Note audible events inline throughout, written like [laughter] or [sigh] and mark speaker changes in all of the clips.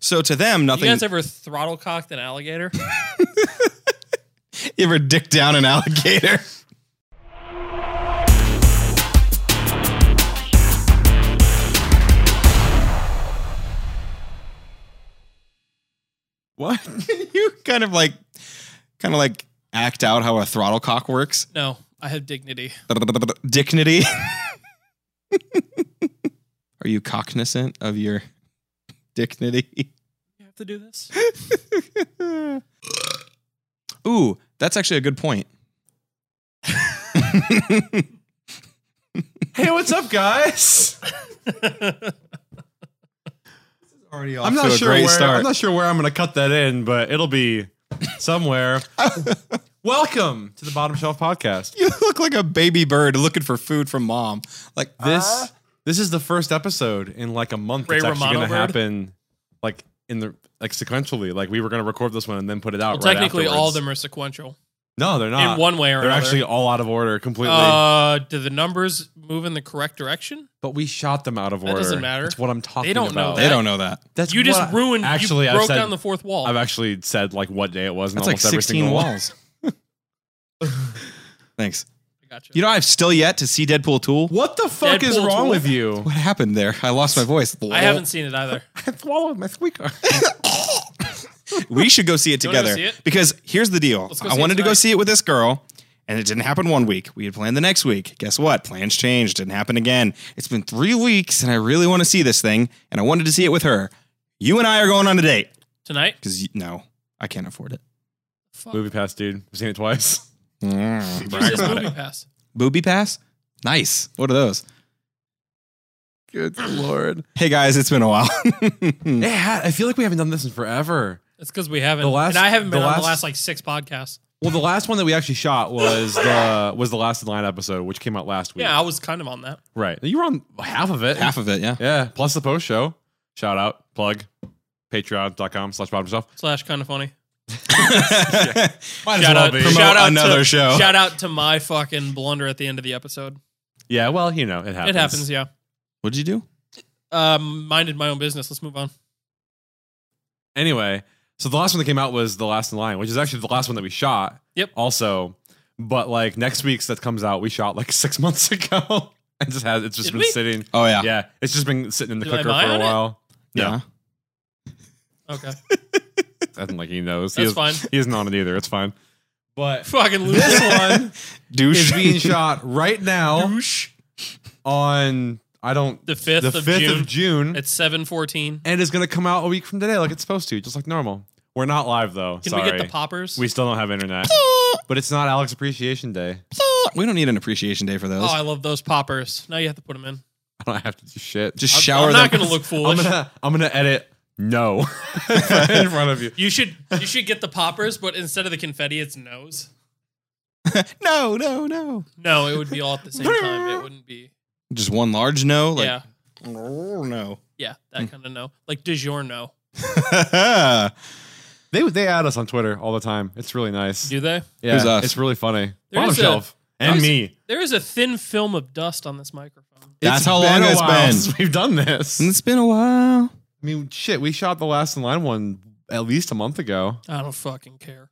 Speaker 1: So to them,
Speaker 2: You
Speaker 1: nothing.
Speaker 2: guys ever throttle cocked an alligator? [laughs]
Speaker 1: You ever dick down an alligator?
Speaker 2: [laughs]
Speaker 1: What? [laughs] Can you kind of like, kind of like act out how a throttle cock works? [laughs]
Speaker 2: no, I have dignity.
Speaker 1: Dignity. [laughs] Are you cognizant of your dignity?
Speaker 2: You have to do this.
Speaker 1: Ooh, that's actually a good point.
Speaker 3: Hey, what's up, guys?
Speaker 1: Already
Speaker 3: I'm not
Speaker 1: to a
Speaker 3: sure
Speaker 1: great
Speaker 3: where
Speaker 1: start.
Speaker 3: I'm not sure where I'm going to cut that in, but it'll be somewhere. Welcome to the Bottom Shelf Podcast.
Speaker 1: you [laughs] look like a baby bird looking for food from mom. Like
Speaker 3: This
Speaker 1: uh,
Speaker 2: Uh-huh.
Speaker 3: this is the first episode in like a month.
Speaker 2: Ray
Speaker 3: it's actually
Speaker 2: Romano
Speaker 3: going to
Speaker 2: bird?
Speaker 3: happen like in the like sequentially. Like we were going to record this one and then put it out.
Speaker 2: Well,
Speaker 3: right
Speaker 2: technically, all of
Speaker 3: afterwards.
Speaker 2: them are sequential
Speaker 3: No, they're not.
Speaker 2: in one way or
Speaker 3: they're
Speaker 2: another.
Speaker 3: actually all out of order completely.
Speaker 2: uh, do the numbers move in the correct direction?
Speaker 3: but we shot them out of
Speaker 2: that
Speaker 3: order.
Speaker 2: doesn't matter.
Speaker 3: That's what I'm talking.
Speaker 2: They don't know
Speaker 3: about.
Speaker 1: they
Speaker 2: that-
Speaker 1: don't know that.
Speaker 3: That's
Speaker 2: you just
Speaker 3: what I-
Speaker 2: ruined.
Speaker 3: Actually,
Speaker 2: you
Speaker 3: I've
Speaker 2: broke
Speaker 3: said-
Speaker 2: down the fourth wall.
Speaker 3: I've actually said like what day it was. In
Speaker 1: That's like
Speaker 3: almost every
Speaker 1: 16
Speaker 3: single one.
Speaker 1: walls. [laughs] Thanks.
Speaker 2: I gotcha.
Speaker 1: You know, I've still yet to see Deadpool 2.
Speaker 3: [laughs] What the fuck is
Speaker 2: Deadpool
Speaker 3: wrong
Speaker 2: tool.
Speaker 3: with
Speaker 2: [laughs]
Speaker 3: you?
Speaker 1: What happened there? I lost my voice.
Speaker 2: I haven't seen it either.
Speaker 3: I swallowed my squeaker.
Speaker 1: we should go see it
Speaker 2: You wanna go
Speaker 1: together
Speaker 2: see it?
Speaker 1: because here's the deal.
Speaker 2: Let's go
Speaker 1: I
Speaker 2: see it
Speaker 1: wanted to go
Speaker 2: tonight.
Speaker 1: see it with this girl, and it didn't happen one week. We had planned the next week. Guess what? Plans changed. Didn't happen again. It's been three weeks, and I really want to see this thing, and I wanted to see it with her. You and I are going on a date
Speaker 2: Tonight?
Speaker 1: because no, I can't afford it.
Speaker 2: Fuck.
Speaker 3: [laughs] Movie pass, dude. I've seen it twice.
Speaker 1: Mm,
Speaker 2: Use
Speaker 1: brag
Speaker 2: [laughs] this
Speaker 1: about it.
Speaker 2: movie pass.
Speaker 1: Booby pass? Nice. What are those?
Speaker 3: Good lord.
Speaker 1: Hey guys, it's been a while. [laughs] Hmm.
Speaker 3: Yeah, I feel like we haven't done this in forever.
Speaker 2: It's because we haven't.
Speaker 3: The last-
Speaker 2: and I haven't
Speaker 3: the
Speaker 2: been on
Speaker 3: last-
Speaker 2: the last like six podcasts.
Speaker 3: Well, the last one that we actually shot was the was the last in line episode, which came out last week.
Speaker 2: Yeah, I was kind of on that.
Speaker 3: right. You were on half of it.
Speaker 1: Half of it, yeah.
Speaker 3: Yeah, plus the post show. Shout out, plug, patreon.com slash bottom shelf.
Speaker 2: Slash kind of funny.
Speaker 3: Might
Speaker 2: Shout
Speaker 1: [laughs]
Speaker 2: out,
Speaker 1: Promote
Speaker 2: shout out
Speaker 1: another
Speaker 2: to,
Speaker 3: Oh.
Speaker 1: show.
Speaker 2: Shout out to my fucking blunder at the end of the episode.
Speaker 3: Yeah, well, you know, it happens.
Speaker 2: It happens, yeah.
Speaker 1: What'd you do?
Speaker 2: Um, minded my own business. Let's move on.
Speaker 3: Anyway, so the last one that came out was the last in line, which is actually the last one that we shot.
Speaker 2: Yep.
Speaker 3: Also, but like next week's that comes out, we shot like [laughs] six months ago. It just has it's just
Speaker 2: Did
Speaker 3: been
Speaker 2: we?
Speaker 3: sitting.
Speaker 1: Oh yeah.
Speaker 3: Yeah, it's just been sitting in the
Speaker 2: Did I
Speaker 3: cooker for
Speaker 2: buy
Speaker 3: a
Speaker 2: on it?
Speaker 3: while.
Speaker 1: Yeah.
Speaker 2: Okay,
Speaker 3: I don't like he knows. he
Speaker 2: that's
Speaker 3: is,
Speaker 2: fine.
Speaker 3: He isn't on it either. It's fine.
Speaker 2: [laughs]
Speaker 3: But
Speaker 2: Fucking
Speaker 3: this
Speaker 2: loser.
Speaker 3: [laughs] one is
Speaker 1: Douche. [laughs]
Speaker 2: [laughs]
Speaker 3: being shot right now on I don't
Speaker 2: The fifth
Speaker 3: the
Speaker 2: of
Speaker 3: fifth
Speaker 2: June.
Speaker 3: of June,
Speaker 2: It's seven fourteen.
Speaker 3: and is going to come out a week from today, like it's supposed to, just like normal. We're not live though.
Speaker 2: Can
Speaker 3: Sorry,
Speaker 2: we get the poppers?
Speaker 3: we still don't
Speaker 2: [laughs]
Speaker 3: have internet. But it's not Alex Appreciation Day.
Speaker 1: we don't need an appreciation day for those.
Speaker 2: oh, I love those poppers. Now you have to put them in.
Speaker 3: I don't have to do shit.
Speaker 1: Just
Speaker 2: I'm,
Speaker 1: shower
Speaker 2: I'm not
Speaker 1: them.
Speaker 2: gonna look
Speaker 3: [laughs] I'm
Speaker 2: foolish.
Speaker 3: gonna I'm gonna edit no [laughs] in front of you.
Speaker 2: You should you should get the poppers, but instead of the confetti, it's nose.
Speaker 1: no, no, no.
Speaker 2: No, it would be all at the same time. It wouldn't be.
Speaker 1: Just one large no. Like
Speaker 2: yeah,
Speaker 1: no, [laughs] no.
Speaker 2: yeah, that kind of no. Like DiGiorno.
Speaker 3: They they add us on Twitter all the time. It's really nice.
Speaker 2: Do they?
Speaker 3: yeah,
Speaker 1: Who's us?
Speaker 3: it's really funny.
Speaker 2: There
Speaker 3: Bottom
Speaker 2: is a-
Speaker 3: shelf and
Speaker 2: there's-
Speaker 3: me.
Speaker 2: There is a thin film of dust on this microphone.
Speaker 1: That's
Speaker 3: It's
Speaker 1: how long
Speaker 3: been a
Speaker 1: it's
Speaker 3: while
Speaker 1: been.
Speaker 3: since we've done this. I
Speaker 1: it's been a while.
Speaker 3: mean, shit, we shot the last in line one at least a month ago.
Speaker 2: I don't fucking care.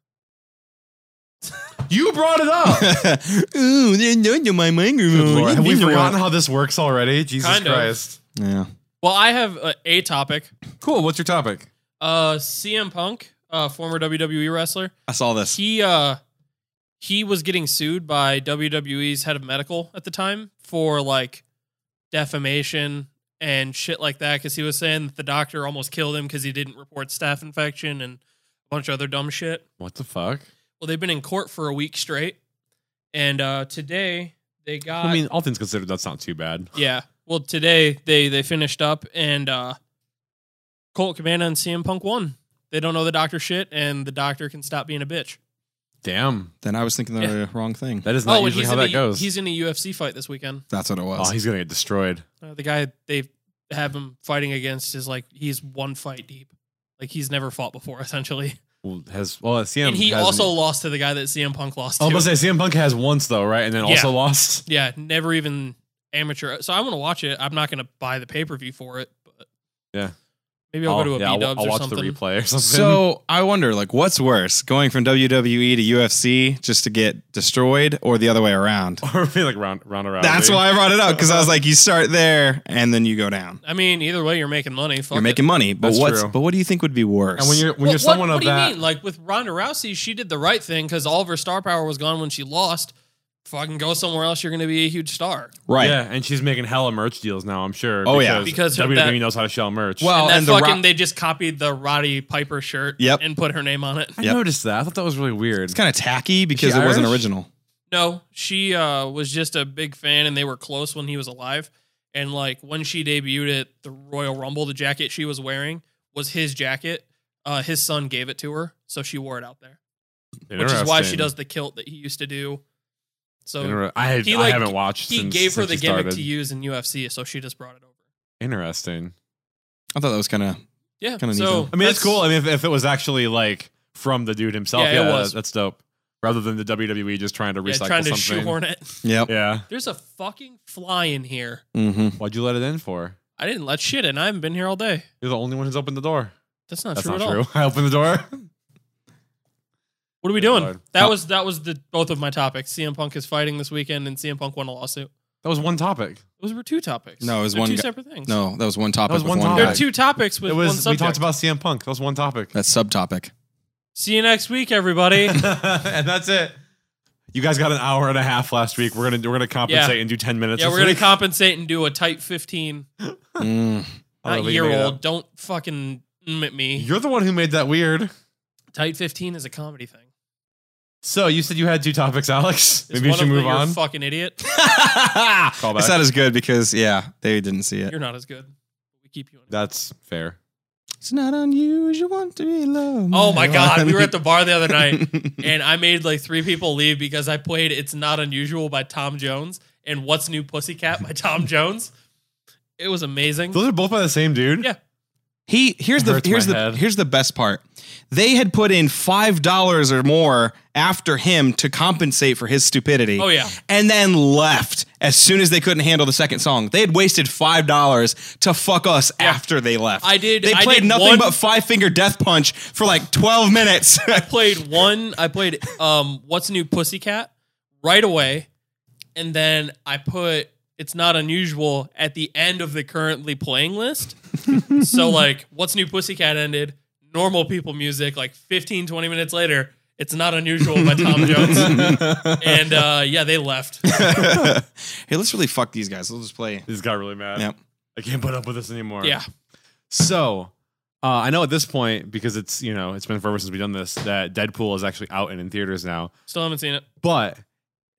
Speaker 3: You brought it [laughs] up.
Speaker 2: Oh.
Speaker 1: [laughs] Ooh, they know you my
Speaker 3: Good
Speaker 1: microphone.
Speaker 3: Lord. Have we
Speaker 1: You know
Speaker 3: forgotten
Speaker 1: what?
Speaker 3: how this works already? Jesus
Speaker 2: Kind of.
Speaker 3: Christ.
Speaker 1: Yeah.
Speaker 2: Well, I have uh, a topic.
Speaker 3: Cool. What's your topic?
Speaker 2: Uh, CM Punk, uh, former WWE wrestler,
Speaker 1: I saw this.
Speaker 2: he uh, he was getting sued by WWE's head of medical at the time for like defamation and shit like that because he was saying that the doctor almost killed him because he didn't report staph infection and a bunch of other dumb shit.
Speaker 3: What the fuck?
Speaker 2: Well, they've been in court for a week straight, and uh, today they got.
Speaker 3: I mean, all things considered, that's not too bad.
Speaker 2: Yeah. Well, today they they finished up and uh Colt Cabana and CM Punk won. They don't know the doctor shit, and the doctor can stop being a bitch.
Speaker 3: Damn.
Speaker 1: Then I was thinking the
Speaker 2: Yeah.
Speaker 1: wrong thing.
Speaker 3: That is not
Speaker 2: Oh, and
Speaker 3: usually how
Speaker 2: in
Speaker 3: that
Speaker 2: a,
Speaker 3: goes.
Speaker 2: He's in a UFC fight this weekend.
Speaker 1: That's what it was.
Speaker 3: oh, he's going to get destroyed.
Speaker 2: Uh, the guy they have him fighting against is like he's one fight deep. Like he's never fought before, [laughs] essentially.
Speaker 3: Well, has, well CM
Speaker 2: and he
Speaker 3: has-
Speaker 2: also lost to the guy that CM Punk lost
Speaker 3: I was
Speaker 2: to.
Speaker 3: about to say, CM Punk has once, though, right? And then
Speaker 2: Yeah. [laughs]
Speaker 3: also lost.
Speaker 2: yeah, never even amateur. So I want to watch it. I'm not going to buy the pay per view for it, but
Speaker 3: Yeah.
Speaker 2: Maybe I'll, go to a
Speaker 3: yeah, I'll-
Speaker 2: Dubs
Speaker 3: I'll
Speaker 2: or
Speaker 3: watch
Speaker 2: something.
Speaker 3: the replay or something.
Speaker 1: So I wonder, like, what's worse, going from WWE to UFC just to get destroyed, or the other way around?
Speaker 3: [laughs] or be like round round around.
Speaker 1: That's why I brought it up because I was like, you start there and then you go down.
Speaker 2: I mean, either way, you're making money. Fuck
Speaker 1: You're
Speaker 2: it.
Speaker 1: making money, but
Speaker 3: That's
Speaker 1: what's
Speaker 3: true.
Speaker 1: but what do you think would be worse?
Speaker 3: And when you're when
Speaker 2: Well,
Speaker 3: you're someone
Speaker 2: what,
Speaker 3: of
Speaker 2: what
Speaker 3: that,
Speaker 2: do you mean? Like with Ronda Rousey, she did the right thing because all of her star power was gone when she lost. Fucking go somewhere else. You're going to be a huge star.
Speaker 1: right,
Speaker 3: yeah, and she's making hella merch deals now. I'm sure.
Speaker 1: Oh, yeah.
Speaker 2: Because of
Speaker 3: WWE
Speaker 2: that-
Speaker 3: E knows how to sell merch.
Speaker 1: Well, Oh,
Speaker 2: and
Speaker 1: and
Speaker 2: that
Speaker 1: the
Speaker 2: fucking
Speaker 1: Ro-
Speaker 2: they just copied the Roddy Piper shirt
Speaker 1: Yep.
Speaker 2: and put her name on it. [laughs]
Speaker 3: I
Speaker 1: Yep.
Speaker 3: noticed that. I thought that was really weird.
Speaker 1: it's kind of tacky because it wasn't
Speaker 3: Irish?
Speaker 1: original.
Speaker 2: No, she uh, was just a big fan, and they were close when he was alive. And like when she debuted at the Royal Rumble, the jacket she was wearing was his jacket. Uh, his son gave it to her, so she wore it out there, which is why she
Speaker 3: Interesting.
Speaker 2: does the kilt that he used to do. So
Speaker 3: Inter- I,
Speaker 2: he,
Speaker 3: I
Speaker 2: like,
Speaker 3: haven't watched.
Speaker 2: he
Speaker 3: since,
Speaker 2: gave her
Speaker 3: since
Speaker 2: the
Speaker 3: he
Speaker 2: gimmick
Speaker 3: started.
Speaker 2: to use in UFC, so she just brought it over.
Speaker 3: Interesting.
Speaker 1: I thought that was kind of
Speaker 2: Yeah,
Speaker 1: Kinda neat,
Speaker 2: so
Speaker 1: though.
Speaker 3: I mean, it's
Speaker 2: that's-
Speaker 3: cool. I mean, if, if it was actually like from the dude himself,
Speaker 2: Yeah,
Speaker 3: yeah,
Speaker 2: it was.
Speaker 3: that's dope. Rather than the WWE just trying to
Speaker 2: Yeah,
Speaker 3: recycle
Speaker 2: trying to
Speaker 3: something.
Speaker 2: shoehorn it. [laughs]
Speaker 1: yep.
Speaker 3: Yeah.
Speaker 2: There's a fucking fly in here.
Speaker 1: Mm-hmm.
Speaker 3: Why'd you let it in for?
Speaker 2: I didn't let shit in. I haven't been here all day.
Speaker 3: You're the only one who's opened the door.
Speaker 2: That's not
Speaker 3: That's
Speaker 2: true
Speaker 3: not
Speaker 2: at all.
Speaker 3: true. [laughs] I opened the door.
Speaker 2: What are we
Speaker 3: Good
Speaker 2: doing?
Speaker 3: lord.
Speaker 2: That
Speaker 1: Oh.
Speaker 2: was that was the both of my topics. CM Punk is fighting this weekend, and CM Punk won a lawsuit.
Speaker 3: That was one topic.
Speaker 2: Those were two topics.
Speaker 1: No, it was
Speaker 2: They're
Speaker 1: one
Speaker 2: two
Speaker 1: guy-
Speaker 2: separate things.
Speaker 1: No, that was one topic.
Speaker 3: was
Speaker 1: with
Speaker 3: one
Speaker 1: one
Speaker 3: topic.
Speaker 2: they're
Speaker 1: guy.
Speaker 2: two topics with
Speaker 3: It was.
Speaker 2: one
Speaker 3: We
Speaker 2: subject.
Speaker 3: talked about CM Punk. That was
Speaker 2: [laughs]
Speaker 3: one topic. [laughs]
Speaker 1: That's subtopic.
Speaker 2: See you next week, everybody.
Speaker 3: and [laughs] that's it. You guys got an hour and a half last week. We're gonna we're gonna compensate and do ten minutes.
Speaker 2: yeah,
Speaker 3: this
Speaker 2: we're gonna
Speaker 3: week.
Speaker 2: compensate and do a type fifteen,
Speaker 3: [laughs]
Speaker 1: Mm.
Speaker 3: I don't
Speaker 2: not
Speaker 3: know if we
Speaker 2: year
Speaker 3: can make Oh, it
Speaker 2: old.
Speaker 3: up.
Speaker 2: Don't fucking mm at me.
Speaker 3: You're the one who made that weird.
Speaker 2: type fifteen is a comedy thing.
Speaker 3: So you said you had two topics, [laughs] Alex.
Speaker 2: It's
Speaker 3: Maybe you
Speaker 2: one
Speaker 3: should
Speaker 2: of them
Speaker 3: move
Speaker 2: you're a
Speaker 3: on.
Speaker 2: Fucking
Speaker 3: [laughs]
Speaker 2: idiot.
Speaker 3: Call back.
Speaker 1: It's not as good because yeah, they didn't see it.
Speaker 2: You're not as good. We keep you in.
Speaker 3: That's fair.
Speaker 1: It's not unusual to be loved.
Speaker 2: Oh
Speaker 3: [laughs]
Speaker 2: my god, we were at the bar the other night
Speaker 1: [laughs]
Speaker 2: and I made like three people leave because I played It's Not Unusual by Tom Jones and What's New Pussycat by Tom [laughs] Jones. It was amazing.
Speaker 3: Those are both by the same dude.
Speaker 2: Yeah.
Speaker 1: He here's the
Speaker 3: Hurts my
Speaker 1: here's the
Speaker 3: head.
Speaker 1: here's the best part. They had put in five dollars or more after him to compensate for his stupidity.
Speaker 2: Oh, yeah.
Speaker 1: and then left as soon as they couldn't handle the second song. They had wasted five dollars to fuck us after they left.
Speaker 2: I did-
Speaker 1: They
Speaker 2: I
Speaker 1: played
Speaker 2: did
Speaker 1: nothing
Speaker 2: one-
Speaker 1: but Five Finger Death Punch for like twelve minutes. [laughs]
Speaker 2: played one, I played um What's New Pussycat right away. And then I put It's Not Unusual at the end of the currently playing
Speaker 3: [laughs]
Speaker 2: list. so like What's New Pussycat ended, normal people music, like 15, 20 minutes later, It's Not Unusual by Tom Jones.
Speaker 3: [laughs]
Speaker 2: and uh, yeah, they left.
Speaker 1: hey, let's really fuck these guys. Let's just play.
Speaker 3: This got really mad.
Speaker 1: Yep.
Speaker 3: I can't put up with this anymore.
Speaker 2: Yeah.
Speaker 3: So uh, I know at this point because it's you know it's been forever since we've done this that Deadpool is actually out and in theaters now.
Speaker 2: Still haven't seen it.
Speaker 3: But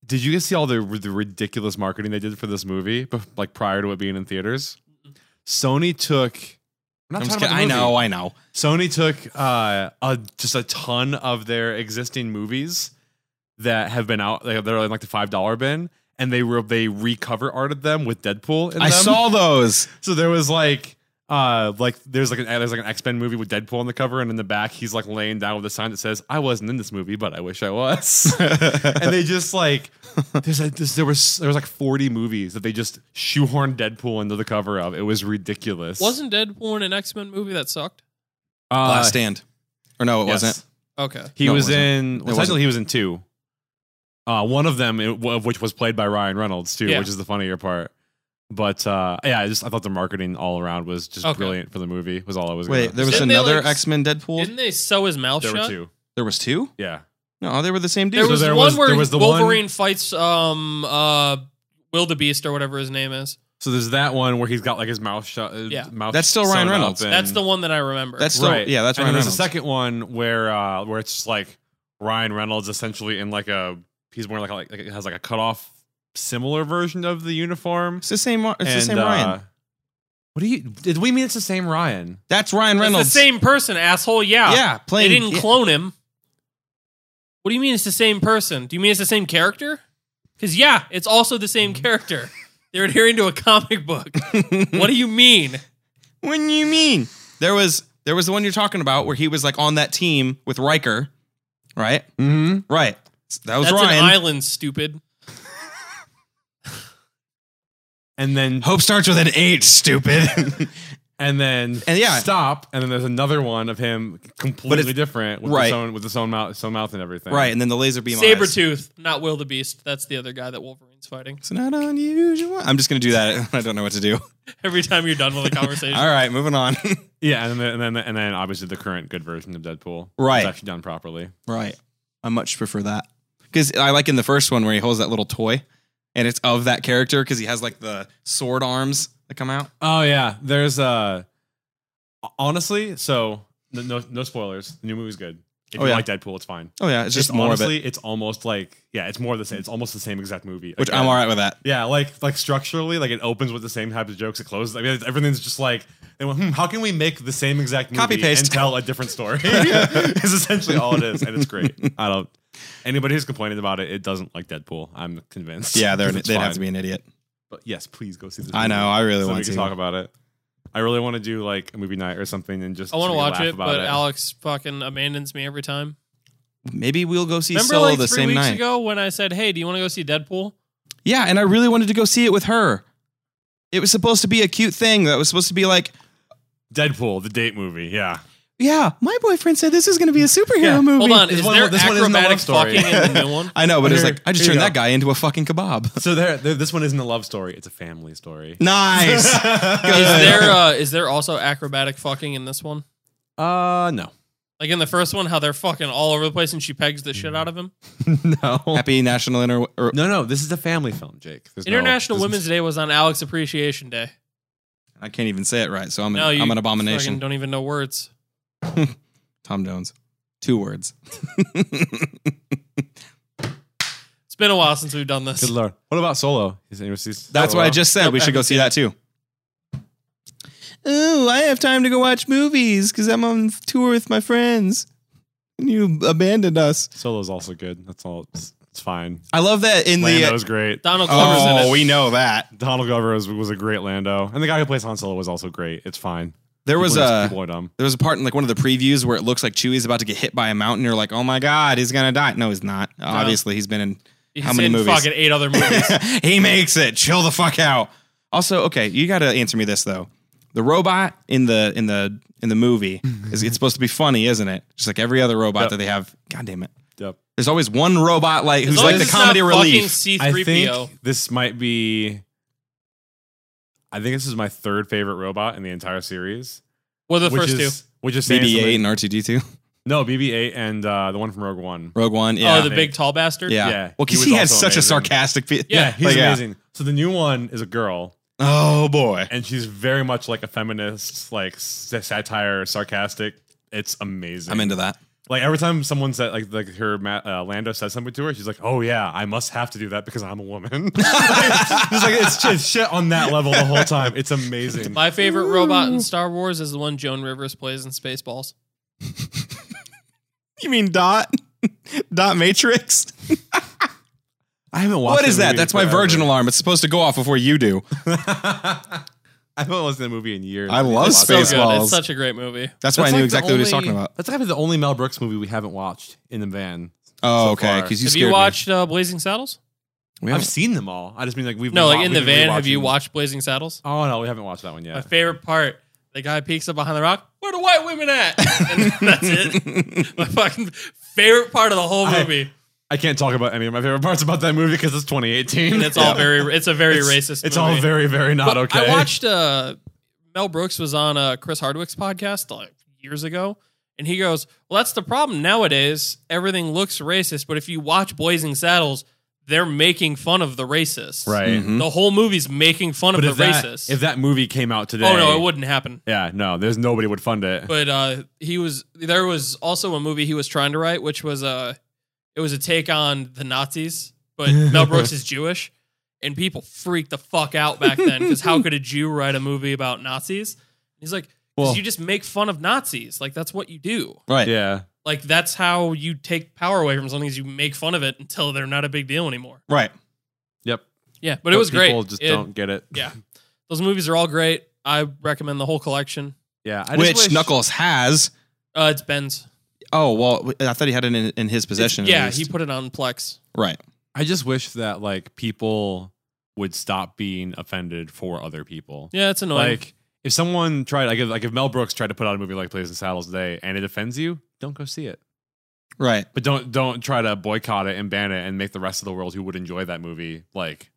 Speaker 3: did you guys see all the, the ridiculous marketing they did for this movie, bef- like prior to it being in theaters? Sony took. I'm not
Speaker 1: I'm just
Speaker 3: talking about
Speaker 1: kidding.
Speaker 3: the
Speaker 1: I
Speaker 3: movie.
Speaker 1: know. I know.
Speaker 3: Sony took uh, a, just a ton of their existing movies that have been out. They, they're in like the five dollar bin, and they re- they recover arted them with Deadpool. In
Speaker 1: I
Speaker 3: them.
Speaker 1: saw those.
Speaker 3: So there was like. Uh, like there's like an there's like an X Men movie with Deadpool on the cover, and in the back he's like laying down with a sign that says, "I wasn't in this movie, but I wish I was." [laughs] and they just like there's like this, there was there was like 40 movies that they just shoehorned Deadpool into the cover of. It was ridiculous.
Speaker 2: Wasn't Deadpool in an X Men movie that sucked?
Speaker 3: uh,
Speaker 1: Last Stand. Or no, it
Speaker 3: yes.
Speaker 1: wasn't.
Speaker 2: Okay.
Speaker 3: He
Speaker 1: No, it
Speaker 3: was
Speaker 1: wasn't.
Speaker 3: in. Well,
Speaker 1: wasn't.
Speaker 3: technically, he was in two. Uh, one of them, it- of which was played by Ryan Reynolds too,
Speaker 2: Yeah.
Speaker 3: which is the funnier part. But uh, yeah, I just I thought the marketing all around was just
Speaker 2: Okay.
Speaker 3: brilliant for the movie. Was all I was.
Speaker 1: Wait,
Speaker 3: gonna-
Speaker 1: there was
Speaker 2: Didn't they,
Speaker 1: another
Speaker 2: like,
Speaker 1: X Men Deadpool.
Speaker 2: Didn't they sew his mouth
Speaker 3: there were
Speaker 2: shut?
Speaker 3: two.
Speaker 1: there was two.
Speaker 3: Yeah,
Speaker 1: No, they were the same dude.
Speaker 2: There
Speaker 3: So
Speaker 2: was
Speaker 3: there
Speaker 2: one
Speaker 3: was-
Speaker 2: where
Speaker 3: there was the
Speaker 2: Wolverine fights um uh Wildebeest or whatever his name is.
Speaker 3: so there's that one where he's got like his mouth shut. uh,
Speaker 2: Yeah.
Speaker 3: mouth
Speaker 1: That's still Ryan
Speaker 3: sewn up
Speaker 1: Reynolds.
Speaker 3: and-
Speaker 2: That's the one that I remember.
Speaker 1: That's still,
Speaker 3: right.
Speaker 1: yeah, that's
Speaker 3: and
Speaker 1: Ryan
Speaker 3: then
Speaker 1: Reynolds.
Speaker 3: there's a second one where uh, where it's just like Ryan Reynolds essentially in like a he's wearing like a, like like, has like a cut off similar version of the uniform.
Speaker 1: It's the same. It's the
Speaker 3: And,
Speaker 1: same
Speaker 3: uh,
Speaker 1: Ryan.
Speaker 3: What do you? Did we mean it's the same Ryan?
Speaker 1: That's Ryan
Speaker 2: It's
Speaker 1: Reynolds.
Speaker 2: the same person, asshole. Yeah.
Speaker 1: Yeah, playing.
Speaker 2: They didn't
Speaker 1: yeah.
Speaker 2: clone him. What do you mean it's the same person? Do you mean it's the same character? Because yeah, it's also the same character. They're adhering to a comic book. what do you mean?
Speaker 1: What do you mean? There was there was the one you're talking about where he was like on that team with Riker, right?
Speaker 3: Mm-hmm.
Speaker 1: Right. That was
Speaker 2: That's an
Speaker 1: Ryan.
Speaker 2: island, stupid.
Speaker 3: And then
Speaker 1: Hope starts with an H. Stupid. [laughs]
Speaker 3: and then
Speaker 1: And yeah.
Speaker 3: stop, and then there's another one of him completely different with
Speaker 1: right.
Speaker 3: his own with his own mouth, his own mouth and everything.
Speaker 1: Right, and then the laser beam. eyes.
Speaker 2: Sabretooth, not Will the Beast. That's the other guy that Wolverine's fighting.
Speaker 1: It's not unusual. I'm just gonna do that. [laughs] I don't know what to do.
Speaker 2: Every time
Speaker 1: [laughs]
Speaker 2: you're done with a conversation.
Speaker 1: All right, moving on. [laughs]
Speaker 3: Yeah, and then and then and then obviously the current good version of Deadpool,
Speaker 1: Right.
Speaker 3: is actually done properly.
Speaker 1: right, I much prefer that because I like in the first one where he holds that little toy, and it's of that character because he has like the sword arms that come out.
Speaker 3: Oh yeah, there's uh honestly, so no no, no spoilers. The new movie's good. If
Speaker 1: Oh,
Speaker 3: you
Speaker 1: yeah.
Speaker 3: like Deadpool, it's fine.
Speaker 1: Oh yeah, it's just more of
Speaker 3: honestly,
Speaker 1: it,
Speaker 3: it's almost like yeah, it's more of the same. It's almost the same exact movie.
Speaker 1: which
Speaker 3: Again,
Speaker 1: I'm all right with that.
Speaker 3: Yeah, like like structurally, like it opens with the same type of jokes. It closes. I mean, it's- everything's just like, they went, hmm, how can we make the same exact movie
Speaker 1: Copy paste.
Speaker 3: and tell a
Speaker 1: [laughs]
Speaker 3: different story? [laughs] is essentially all it is, and it's great. I don't. Anybody who's complaining about it, it doesn't like Deadpool. I'm convinced.
Speaker 1: Yeah, they're,
Speaker 3: [laughs] 'Cause
Speaker 1: they'd
Speaker 3: it's
Speaker 1: have
Speaker 3: fine.
Speaker 1: to be an idiot.
Speaker 3: But yes, please go see this.
Speaker 1: I know.
Speaker 3: movie
Speaker 1: I really
Speaker 3: so we
Speaker 1: want
Speaker 3: can
Speaker 1: to.
Speaker 3: talk about it. I really want to do like a movie night or something and just
Speaker 2: I want to
Speaker 3: so we can
Speaker 2: watch
Speaker 3: laugh
Speaker 2: it,
Speaker 3: about
Speaker 2: but Alex fucking abandons me every time.
Speaker 1: Maybe we'll go see
Speaker 2: Remember
Speaker 1: Soul
Speaker 2: like
Speaker 1: the
Speaker 2: three
Speaker 1: same
Speaker 2: weeks
Speaker 1: night.
Speaker 2: ago when I said, "Hey, do you want to go see Deadpool?"
Speaker 1: Yeah, and I really wanted to go see it with her. It was supposed to be a cute thing that was supposed to be like,
Speaker 3: Deadpool, the date movie. Yeah,
Speaker 1: [laughs] yeah, my boyfriend said this is going to be a superhero
Speaker 3: Yeah,
Speaker 1: movie.
Speaker 2: Hold on,
Speaker 3: This
Speaker 2: is
Speaker 3: one-
Speaker 2: there
Speaker 3: this one isn't a
Speaker 2: acrobatic
Speaker 3: love story.
Speaker 2: fucking in the new
Speaker 3: [laughs]
Speaker 2: one?
Speaker 1: I know, but it's
Speaker 3: Here-
Speaker 1: like I just
Speaker 3: here you
Speaker 1: turned that
Speaker 3: go.
Speaker 1: guy into a fucking
Speaker 2: [laughs]
Speaker 1: kebab.
Speaker 3: So there, there- this one isn't a love story; it's a
Speaker 1: [laughs]
Speaker 3: family story. [laughs]
Speaker 1: Nice.
Speaker 3: uh,
Speaker 2: [laughs] Is there uh, is there also acrobatic fucking in this one?
Speaker 3: Uh, no,
Speaker 2: Like in the first one, how they're fucking all over the place and she pegs the
Speaker 1: Mm.
Speaker 2: shit out of him.
Speaker 3: [laughs] no,
Speaker 1: Happy National Inter. er, Or,
Speaker 3: no, no. This is a family film, Jake. There's no-
Speaker 2: International
Speaker 3: this
Speaker 2: Women's
Speaker 3: is-
Speaker 2: Day was on Alex Appreciation Day.
Speaker 1: I can't even say it right, so I'm an,
Speaker 2: No, you
Speaker 1: I'm an
Speaker 2: fucking
Speaker 1: abomination.
Speaker 2: don't even know words.
Speaker 1: Tom Jones. Two words. [laughs]
Speaker 2: It's been a while since we've done this.
Speaker 3: Good lord. What about Solo? Is anyone sees-
Speaker 1: That's what I
Speaker 3: Solo?
Speaker 1: just said.
Speaker 2: Nope,
Speaker 1: We should go
Speaker 2: haven't
Speaker 1: see that too. Oh, I have time to go watch movies because I'm on tour with my friends. And you abandoned us.
Speaker 3: Solo's also good. That's all. It's, it's fine.
Speaker 1: I love that in the.
Speaker 3: Lando's great.
Speaker 2: Donald Glover's uh, in
Speaker 1: oh,
Speaker 2: it.
Speaker 1: we know that.
Speaker 3: Donald Glover was, was a great Lando, and the guy who plays Han Solo was also great. It's fine.
Speaker 1: There was
Speaker 3: people, just-
Speaker 1: a
Speaker 3: people are dumb.
Speaker 1: there was a part in like one of the previews where it looks like Chewie's about to get hit by a mountain. You're like, oh my god, he's gonna die. No, he's not. Obviously, he's been in
Speaker 2: He's
Speaker 1: how many
Speaker 2: in
Speaker 1: movies?
Speaker 2: Fucking eight
Speaker 1: [laughs]
Speaker 2: other movies.
Speaker 1: he makes it. Chill the fuck out. Also, okay, you got to answer me this though. The robot in the in the in the movie is it's supposed to be funny, isn't it? Just like every other robot
Speaker 3: Yep.
Speaker 1: that they have. God damn it.
Speaker 3: Yep.
Speaker 1: There's always one robot like who's
Speaker 2: As long
Speaker 1: like
Speaker 2: as
Speaker 1: the
Speaker 2: it's not
Speaker 1: comedy
Speaker 2: fucking
Speaker 1: relief.
Speaker 3: I
Speaker 2: C3PO.
Speaker 3: think this might be. I think this is my third favorite robot in the entire series.
Speaker 2: Well, the
Speaker 3: which
Speaker 2: first
Speaker 3: is,
Speaker 2: two.
Speaker 3: Which is saying
Speaker 1: BB-8
Speaker 3: something-
Speaker 1: and R2D2,
Speaker 3: No, BB-8 and uh, the one from Rogue One.
Speaker 1: Rogue One. Yeah,
Speaker 2: oh, the big tall bastard.
Speaker 1: yeah.
Speaker 3: yeah,
Speaker 1: Well, because
Speaker 3: he
Speaker 1: he,
Speaker 3: was
Speaker 1: has
Speaker 3: also
Speaker 1: such a
Speaker 3: amazing.
Speaker 1: sarcastic. Fe-
Speaker 2: Yeah,
Speaker 3: he's
Speaker 1: like,
Speaker 3: amazing. So the new one is a girl,
Speaker 1: Oh boy.
Speaker 3: and she's very much like a feminist, like s- satire, sarcastic. It's amazing.
Speaker 1: I'm into that.
Speaker 3: like every time someone said like like her Ma- uh, Lando says something to her, she's like, "Oh yeah, I must have to do that because I'm a woman." [laughs] it's like it's, shit- it's shit on that level the whole time. It's amazing.
Speaker 2: My favorite robot in Star Wars is the one Joan Rivers plays in Spaceballs.
Speaker 1: You mean Dot? [laughs] Dot Matrix?
Speaker 3: [laughs] I haven't watched.
Speaker 1: What is that? That's my
Speaker 3: [laughs]
Speaker 1: virgin alarm. It's supposed to go off before you do.
Speaker 3: I haven't watched that movie in years.
Speaker 1: I love
Speaker 3: It's
Speaker 2: So
Speaker 1: Spaceballs.
Speaker 2: good. It's such a great movie.
Speaker 1: That's why I
Speaker 3: That's
Speaker 1: knew
Speaker 3: like the
Speaker 1: exactly what he was
Speaker 3: only-
Speaker 1: talking about.
Speaker 3: That's probably the only Mel Brooks movie we haven't watched in the van.
Speaker 1: Oh,
Speaker 3: so
Speaker 1: okay.
Speaker 3: far.
Speaker 1: Because you
Speaker 2: Have
Speaker 1: scared
Speaker 2: you
Speaker 1: me.
Speaker 2: watched uh, Blazing Saddles?
Speaker 1: We
Speaker 3: I've
Speaker 1: haven't-
Speaker 3: seen them all. I just mean like we've
Speaker 2: No,
Speaker 3: been
Speaker 2: like
Speaker 3: wa-
Speaker 2: in the
Speaker 3: we've been
Speaker 2: van. Have you
Speaker 3: rewatching-
Speaker 2: watched Blazing Saddles?
Speaker 3: Oh no, we haven't watched that one
Speaker 2: My
Speaker 3: yet.
Speaker 2: favorite part. The guy peeks up behind the rock. Where the white women at?
Speaker 3: [laughs]
Speaker 2: And that's it. My fucking favorite part of the whole
Speaker 3: I- [laughs]
Speaker 2: movie.
Speaker 3: I can't talk about any of my favorite parts about that movie because it's 2018.
Speaker 2: and it's all very. It's a very racist.
Speaker 3: It's
Speaker 2: movie.
Speaker 3: all very very not
Speaker 2: But
Speaker 3: okay.
Speaker 2: I watched uh, Mel Brooks was on uh, Chris Hardwick's podcast like years ago, and he goes, "Well, that's the problem nowadays. Everything looks racist, but if you watch Blazing Saddles, they're making fun of the racists.
Speaker 3: right.
Speaker 1: Mhm.
Speaker 2: The whole movie's making fun
Speaker 3: But
Speaker 2: of
Speaker 3: if
Speaker 2: the
Speaker 3: that,
Speaker 2: racists.
Speaker 3: if that movie came out today,
Speaker 2: oh no, it wouldn't happen.
Speaker 3: Yeah, no, there's nobody would fund it.
Speaker 2: But uh, he was there was also a movie he was trying to write, which was a it was a take on the Nazis,
Speaker 3: [laughs]
Speaker 2: but Mel Brooks is Jewish, and people freaked the fuck out back then because how could a Jew write a movie about Nazis? He's like, 'Cause
Speaker 3: Well-
Speaker 2: you just make fun of Nazis, like that's what you do.
Speaker 1: Right.
Speaker 3: yeah,
Speaker 2: Like that's how you take power away from something is you make fun of it until they're not a big deal anymore.
Speaker 1: Right.
Speaker 3: yep.
Speaker 2: Yeah, but it was great.
Speaker 3: People just
Speaker 2: It-
Speaker 3: don't get it.
Speaker 2: Yeah, those movies are all great. I recommend the whole collection.
Speaker 3: yeah. I just
Speaker 1: Which
Speaker 3: wish-
Speaker 1: Knuckles has.
Speaker 2: Uh, it's Ben's.
Speaker 1: Oh, well, I thought he had it in, in his possession. at
Speaker 2: Yeah,
Speaker 1: least.
Speaker 2: he put it on Plex.
Speaker 1: right.
Speaker 3: I just wish that like people would stop being offended for other people.
Speaker 2: Yeah, it's annoying.
Speaker 3: Like if someone tried like if, like if Mel Brooks tried to put out a movie like Blazing Saddles today and it offends you, don't go see it.
Speaker 1: Right.
Speaker 3: But don't don't try to boycott it and ban it and make the rest of the world who would enjoy that movie like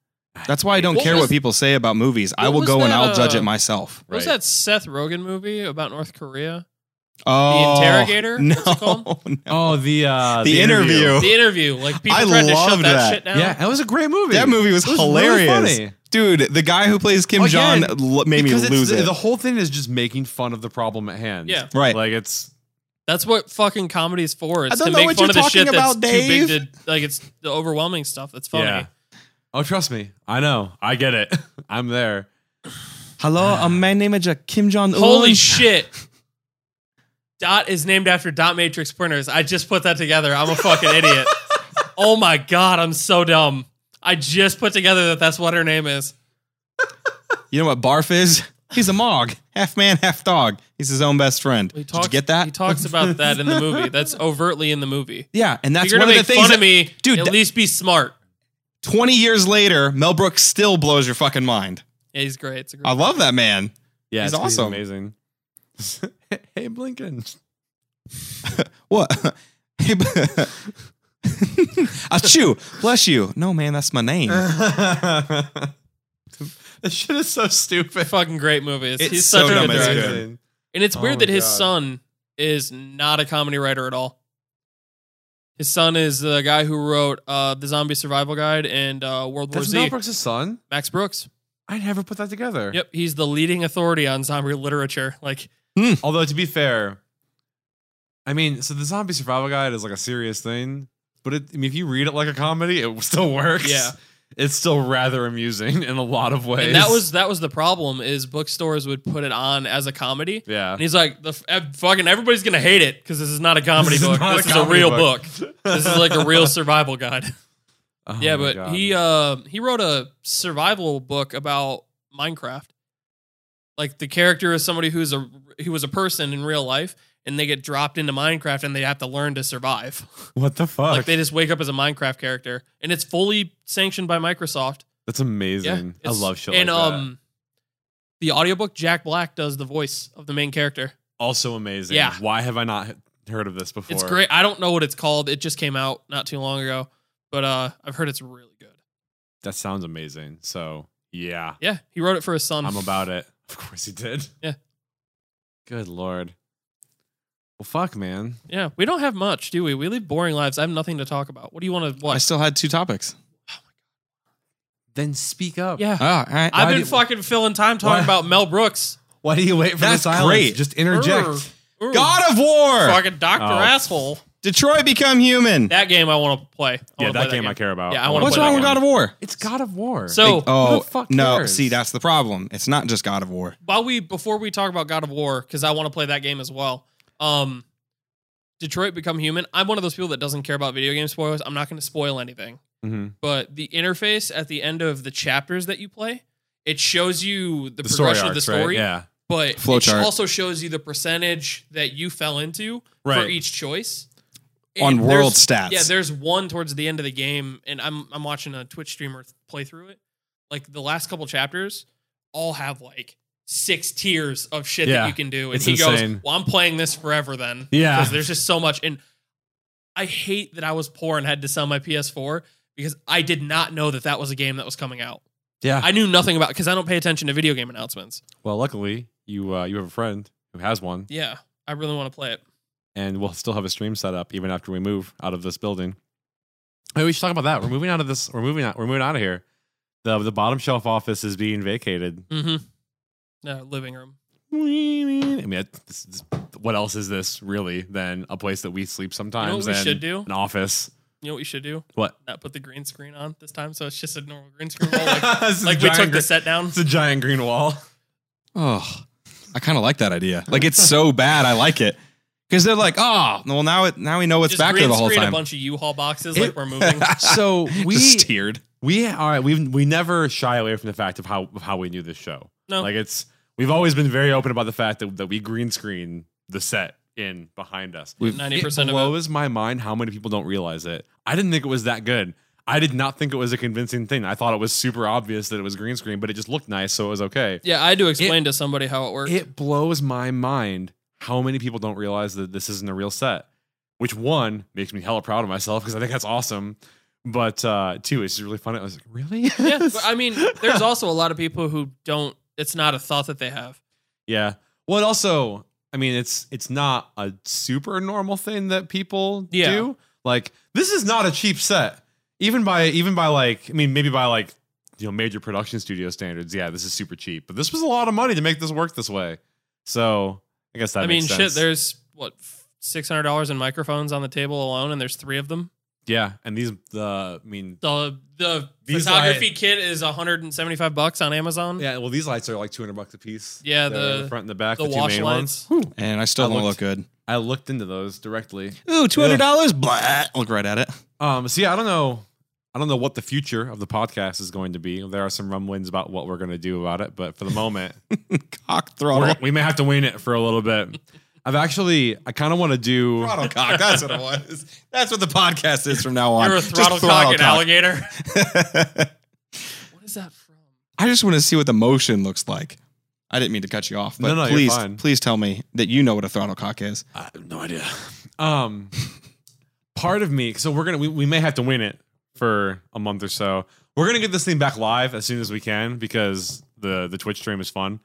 Speaker 1: That's why I don't
Speaker 2: What
Speaker 1: care
Speaker 2: was-
Speaker 1: what people say about movies. I
Speaker 2: what
Speaker 1: will
Speaker 2: was
Speaker 1: go and
Speaker 2: that,
Speaker 1: I'll judge
Speaker 2: uh,
Speaker 1: it myself.
Speaker 2: What was
Speaker 3: Right.
Speaker 2: that Seth Rogen movie about North
Speaker 1: [laughs]
Speaker 2: Korea?
Speaker 1: Oh, [laughs]
Speaker 2: Interrogator?
Speaker 1: No,
Speaker 2: What's it called?
Speaker 1: no. [laughs]
Speaker 3: oh the uh,
Speaker 1: The interview.
Speaker 2: The interview. Like people
Speaker 1: I
Speaker 2: tried to shut
Speaker 1: loved
Speaker 2: that,
Speaker 1: that.
Speaker 2: shit down.
Speaker 3: Yeah, that was a great movie.
Speaker 1: That movie was,
Speaker 3: It was really
Speaker 1: hilarious,
Speaker 3: funny.
Speaker 1: dude. The guy who plays Kim
Speaker 3: Again,
Speaker 1: Jong l- made me
Speaker 3: Because it's-
Speaker 1: lose
Speaker 3: the,
Speaker 1: it.
Speaker 3: The whole thing is just making fun of the problem at hand.
Speaker 2: Yeah.
Speaker 1: Right.
Speaker 3: Like it's
Speaker 2: That's what fucking comedy's for. It's
Speaker 1: don't
Speaker 2: to
Speaker 1: know
Speaker 2: make
Speaker 1: what
Speaker 2: fun
Speaker 1: you're
Speaker 2: of the
Speaker 1: talking
Speaker 2: shit
Speaker 1: about,
Speaker 2: that's
Speaker 1: Dave.
Speaker 2: too big to like it's the overwhelming stuff that's funny.
Speaker 3: Yeah. Oh, trust me. I know. I get it. [laughs] I'm there.
Speaker 1: Hello, a man named uh, Kim Jong Un.
Speaker 2: Holy shit. Dot is named after dot matrix printers. I just put that together. I'm a fucking
Speaker 1: [laughs]
Speaker 2: idiot. Oh my god, I'm so dumb. I just put together that that's what her name is.
Speaker 1: You know what Barf is? He's a mog, half man, half dog. He's his own best friend.
Speaker 2: He
Speaker 1: Did
Speaker 2: talks,
Speaker 1: you get
Speaker 2: He
Speaker 1: that?
Speaker 2: talks about that in the movie. That's overtly in the movie.
Speaker 1: yeah, and that's
Speaker 2: If you're
Speaker 1: one of
Speaker 2: gonna
Speaker 1: the
Speaker 2: make
Speaker 1: things.
Speaker 2: fun
Speaker 1: that-
Speaker 2: of me,
Speaker 1: Dude,
Speaker 2: dude. At
Speaker 1: that-
Speaker 2: least be smart.
Speaker 1: Twenty years later, Mel Brooks still blows your fucking mind.
Speaker 2: Yeah, he's great. It's a great
Speaker 1: I love that man.
Speaker 3: Yeah,
Speaker 1: He's
Speaker 3: it's-
Speaker 1: awesome.
Speaker 3: amazing. [laughs] hey, [laughs] Blinken.
Speaker 1: What? [laughs] Hey, b- [laughs] Achoo, bless you. No, man, that's my name.
Speaker 2: Uh,
Speaker 3: this shit is so stupid.
Speaker 2: fucking great movie. It's,
Speaker 1: It's
Speaker 2: he's
Speaker 1: so
Speaker 2: such a
Speaker 1: dumb,
Speaker 2: good
Speaker 1: it's
Speaker 2: director.
Speaker 1: good.
Speaker 2: And it's
Speaker 3: Oh
Speaker 2: weird
Speaker 3: my
Speaker 2: that his
Speaker 3: God.
Speaker 2: son is not a comedy writer at all. His son is the guy who wrote uh, the Zombie Survival Guide and uh, World War
Speaker 3: That's
Speaker 2: Z.
Speaker 3: Mel Brooks' son.
Speaker 2: Max Brooks.
Speaker 3: I never put that together.
Speaker 2: Yep, he's the leading authority on zombie literature. Like,
Speaker 3: Although to be fair, I mean, so the zombie survival guide is like a serious thing, but it, I mean, if you read it like a comedy, it [laughs] still works.
Speaker 2: Yeah.
Speaker 3: it's still rather amusing [laughs] in a lot of ways.
Speaker 2: and that was that was the problem is bookstores would put it on as a comedy.
Speaker 3: [laughs] yeah.
Speaker 2: And he's like, the f- ev- fucking everybody's gonna hate it because this is not a comedy
Speaker 3: This is
Speaker 2: book.
Speaker 3: not
Speaker 2: This is a
Speaker 3: comedy
Speaker 2: real book. [laughs] this is like a
Speaker 3: [laughs]
Speaker 2: [laughs] real survival guide.
Speaker 3: Oh
Speaker 2: yeah,
Speaker 3: my
Speaker 2: but
Speaker 3: God.
Speaker 2: he uh, he wrote a survival book about Minecraft. Like the character is somebody who's a who was a person in real life, and they get dropped into Minecraft, and they have to learn to survive. [laughs]
Speaker 3: what the fuck?
Speaker 2: Like they just wake up as a Minecraft character, and it's fully sanctioned by Microsoft.
Speaker 3: That's amazing. I
Speaker 2: it's-
Speaker 3: love shit
Speaker 2: And
Speaker 3: like that.
Speaker 2: um, the audiobook Jack Black does the voice of the main character.
Speaker 3: also amazing.
Speaker 2: Yeah.
Speaker 3: Why have I not he- heard of this before?
Speaker 2: It's great. I don't know what it's called. It just came out not too long ago, but uh, I've heard it's really good.
Speaker 3: That sounds amazing. So yeah,
Speaker 2: Yeah, he wrote it for his son.
Speaker 3: I'm about it. [laughs] Of course he did.
Speaker 2: Um, Yeah.
Speaker 3: Good lord. Well, fuck, man.
Speaker 2: Yeah, we don't have much, do we? We live boring lives. I have nothing to talk about. What do you want to
Speaker 1: I
Speaker 2: watch?
Speaker 1: still had two
Speaker 2: [sighs]
Speaker 1: topics.
Speaker 3: Then speak up.
Speaker 2: Yeah,
Speaker 1: Oh, all right.
Speaker 2: I've
Speaker 3: why
Speaker 2: been
Speaker 3: do-
Speaker 2: fucking filling time talking
Speaker 3: why-
Speaker 2: about Mel Brooks.
Speaker 3: Why do you wait for
Speaker 1: That's
Speaker 3: the silence?
Speaker 1: great.
Speaker 3: Just interject.
Speaker 2: Urgh. Urgh.
Speaker 1: God of War.
Speaker 2: fucking Doctor
Speaker 3: Oh.
Speaker 2: Asshole.
Speaker 1: Detroit Become Human.
Speaker 2: That game I want to play. I
Speaker 3: Yeah,
Speaker 2: wanna
Speaker 3: that
Speaker 2: play
Speaker 3: game, I care about.
Speaker 2: Yeah, I wanna
Speaker 1: What's
Speaker 2: play that
Speaker 1: wrong with
Speaker 2: game.
Speaker 1: God of War?
Speaker 3: It's God of War.
Speaker 2: So
Speaker 1: Oh,
Speaker 3: the fuck
Speaker 1: no.
Speaker 3: cares?
Speaker 1: See, that's the problem. It's not just God of War.
Speaker 2: while we before we talk about God of War, because I want to play that game as well. Um, Detroit Become Human. I'm one of those people that doesn't care about video game spoilers. I'm not going to spoil anything.
Speaker 3: Mhm.
Speaker 2: but the interface at the end of the chapters that you play, it shows you the,
Speaker 3: the story
Speaker 2: progression of the
Speaker 3: arcs, right?
Speaker 2: story,
Speaker 3: Yeah.
Speaker 2: but
Speaker 1: Flow
Speaker 2: it sh-
Speaker 1: chart.
Speaker 2: also shows you the percentage that you fell into
Speaker 3: Right.
Speaker 2: for each choice.
Speaker 1: On
Speaker 2: And
Speaker 1: world
Speaker 2: there's-
Speaker 1: stats.
Speaker 2: Yeah, there's one towards the end of the game, and I'm I'm watching a Twitch streamer play through it. Like the last couple chapters all have like six tiers of shit
Speaker 3: Yeah.
Speaker 2: that you can do. And
Speaker 3: It's
Speaker 2: he
Speaker 3: insane.
Speaker 2: goes, Well, I'm playing this forever then.
Speaker 3: Yeah.
Speaker 2: Because there's just so much. And I hate that I was poor and had to sell my PS4 because I did not know that that was a game that was coming out.
Speaker 3: Yeah.
Speaker 2: I knew nothing about because I don't pay attention to video game announcements.
Speaker 3: well, luckily you uh, you have a friend who has one,
Speaker 2: Yeah, I really want to play it.
Speaker 3: and we'll still have a stream set up even after we move out of this building. Hey, we should talk about that. We're moving out of this. We're moving out. We're moving out of here. The the bottom shelf office is being vacated.
Speaker 2: Mm-hmm. No, living room.
Speaker 3: I mean, it- this- this- what else is this really than a place that we sleep sometimes?
Speaker 2: we
Speaker 3: and
Speaker 2: should do?
Speaker 3: An office.
Speaker 2: You know what you should do?
Speaker 3: What?
Speaker 2: Not put the green screen on this time, so it's just a normal green screen wall. Like,
Speaker 3: [laughs]
Speaker 2: like we took the set down.
Speaker 3: It's a giant green wall.
Speaker 1: Oh, I kind of like that idea. Like it's
Speaker 2: [laughs]
Speaker 1: so bad, I like it because they're like, oh, well now it now we know it's
Speaker 2: Just
Speaker 1: back
Speaker 2: green
Speaker 1: there the whole
Speaker 2: screen a
Speaker 1: time.
Speaker 2: bunch of U-Haul boxes,
Speaker 3: It-
Speaker 2: like we're
Speaker 3: [laughs]
Speaker 2: moving.
Speaker 3: [laughs] So we
Speaker 1: Just tiered.
Speaker 3: we are we we never shy away from the fact of how of how we knew this show.
Speaker 2: No.
Speaker 3: Like it's we've always been very open about the fact that, that we green screen the set in behind us.
Speaker 1: We've-
Speaker 2: Ninety percent
Speaker 3: it
Speaker 2: of it.
Speaker 3: blows my mind how many people don't realize it. I didn't think it was that good. I did not think it was a convincing thing. I thought it was super obvious that it was green screen, but it just looked nice, so it was okay.
Speaker 2: Yeah, I had to explain to somebody how it works.
Speaker 3: It blows my mind how many people don't realize that this isn't a real set. Which one makes me hella proud of myself because I think that's awesome. But uh two, it's just really funny. I was like, really?
Speaker 2: [laughs] yeah,
Speaker 3: [laughs]
Speaker 2: but I mean, there's also a lot of people who don't. It's not a thought that they have.
Speaker 3: yeah. Well, it also, I mean, it's it's not a super normal thing that people
Speaker 2: Yeah.
Speaker 3: do. Like, this is not a cheap set, even by even by like, I mean, maybe by like you know major production studio standards. Yeah, this is super cheap, but this was a lot of money to make this work this way. So I guess that.
Speaker 2: I mean,
Speaker 3: makes
Speaker 2: shit.
Speaker 3: sense.
Speaker 2: There's what six hundred dollars in microphones on the table alone, and there's three of them.
Speaker 3: Yeah, and these the I mean
Speaker 2: The the
Speaker 3: These
Speaker 2: photography
Speaker 3: light-
Speaker 2: kit is 175 bucks on Amazon.
Speaker 3: yeah, well these lights are like 200 bucks a piece.
Speaker 2: Yeah,
Speaker 3: They're
Speaker 2: the-
Speaker 3: front and the back,
Speaker 2: the
Speaker 3: the, two
Speaker 2: wash
Speaker 3: main
Speaker 2: lights.
Speaker 3: ones. Whew.
Speaker 1: And I still
Speaker 3: I
Speaker 1: don't
Speaker 3: looked-
Speaker 1: look good.
Speaker 3: I looked into those directly.
Speaker 1: Ooh, $200? Blah. Look right at it.
Speaker 3: Um so yeah, I don't know I don't know what the future of the podcast is going to be. There are some rumblings about what we're going to do about it, but for
Speaker 2: [laughs]
Speaker 3: the moment,
Speaker 1: Cock
Speaker 3: we're-
Speaker 1: throttle.
Speaker 3: we may have to wing it for a little bit. I've actually I kind of want to do
Speaker 1: Throttle cock. That's what it was. That's what the podcast is from now on.
Speaker 2: You're a
Speaker 1: Just
Speaker 2: throttle cock and alligator. what is that from?
Speaker 1: [laughs] I just want to see what the motion looks like. I didn't mean to cut you off, but
Speaker 3: No, no, you're
Speaker 1: please,
Speaker 3: fine.
Speaker 1: please tell me that you know what a throttle cock is.
Speaker 3: I have no idea. Um, [laughs] part of me, so we're gonna we, we may have to win it for a month or so. We're gonna get this thing back live as soon as we can because the the Twitch stream is fun,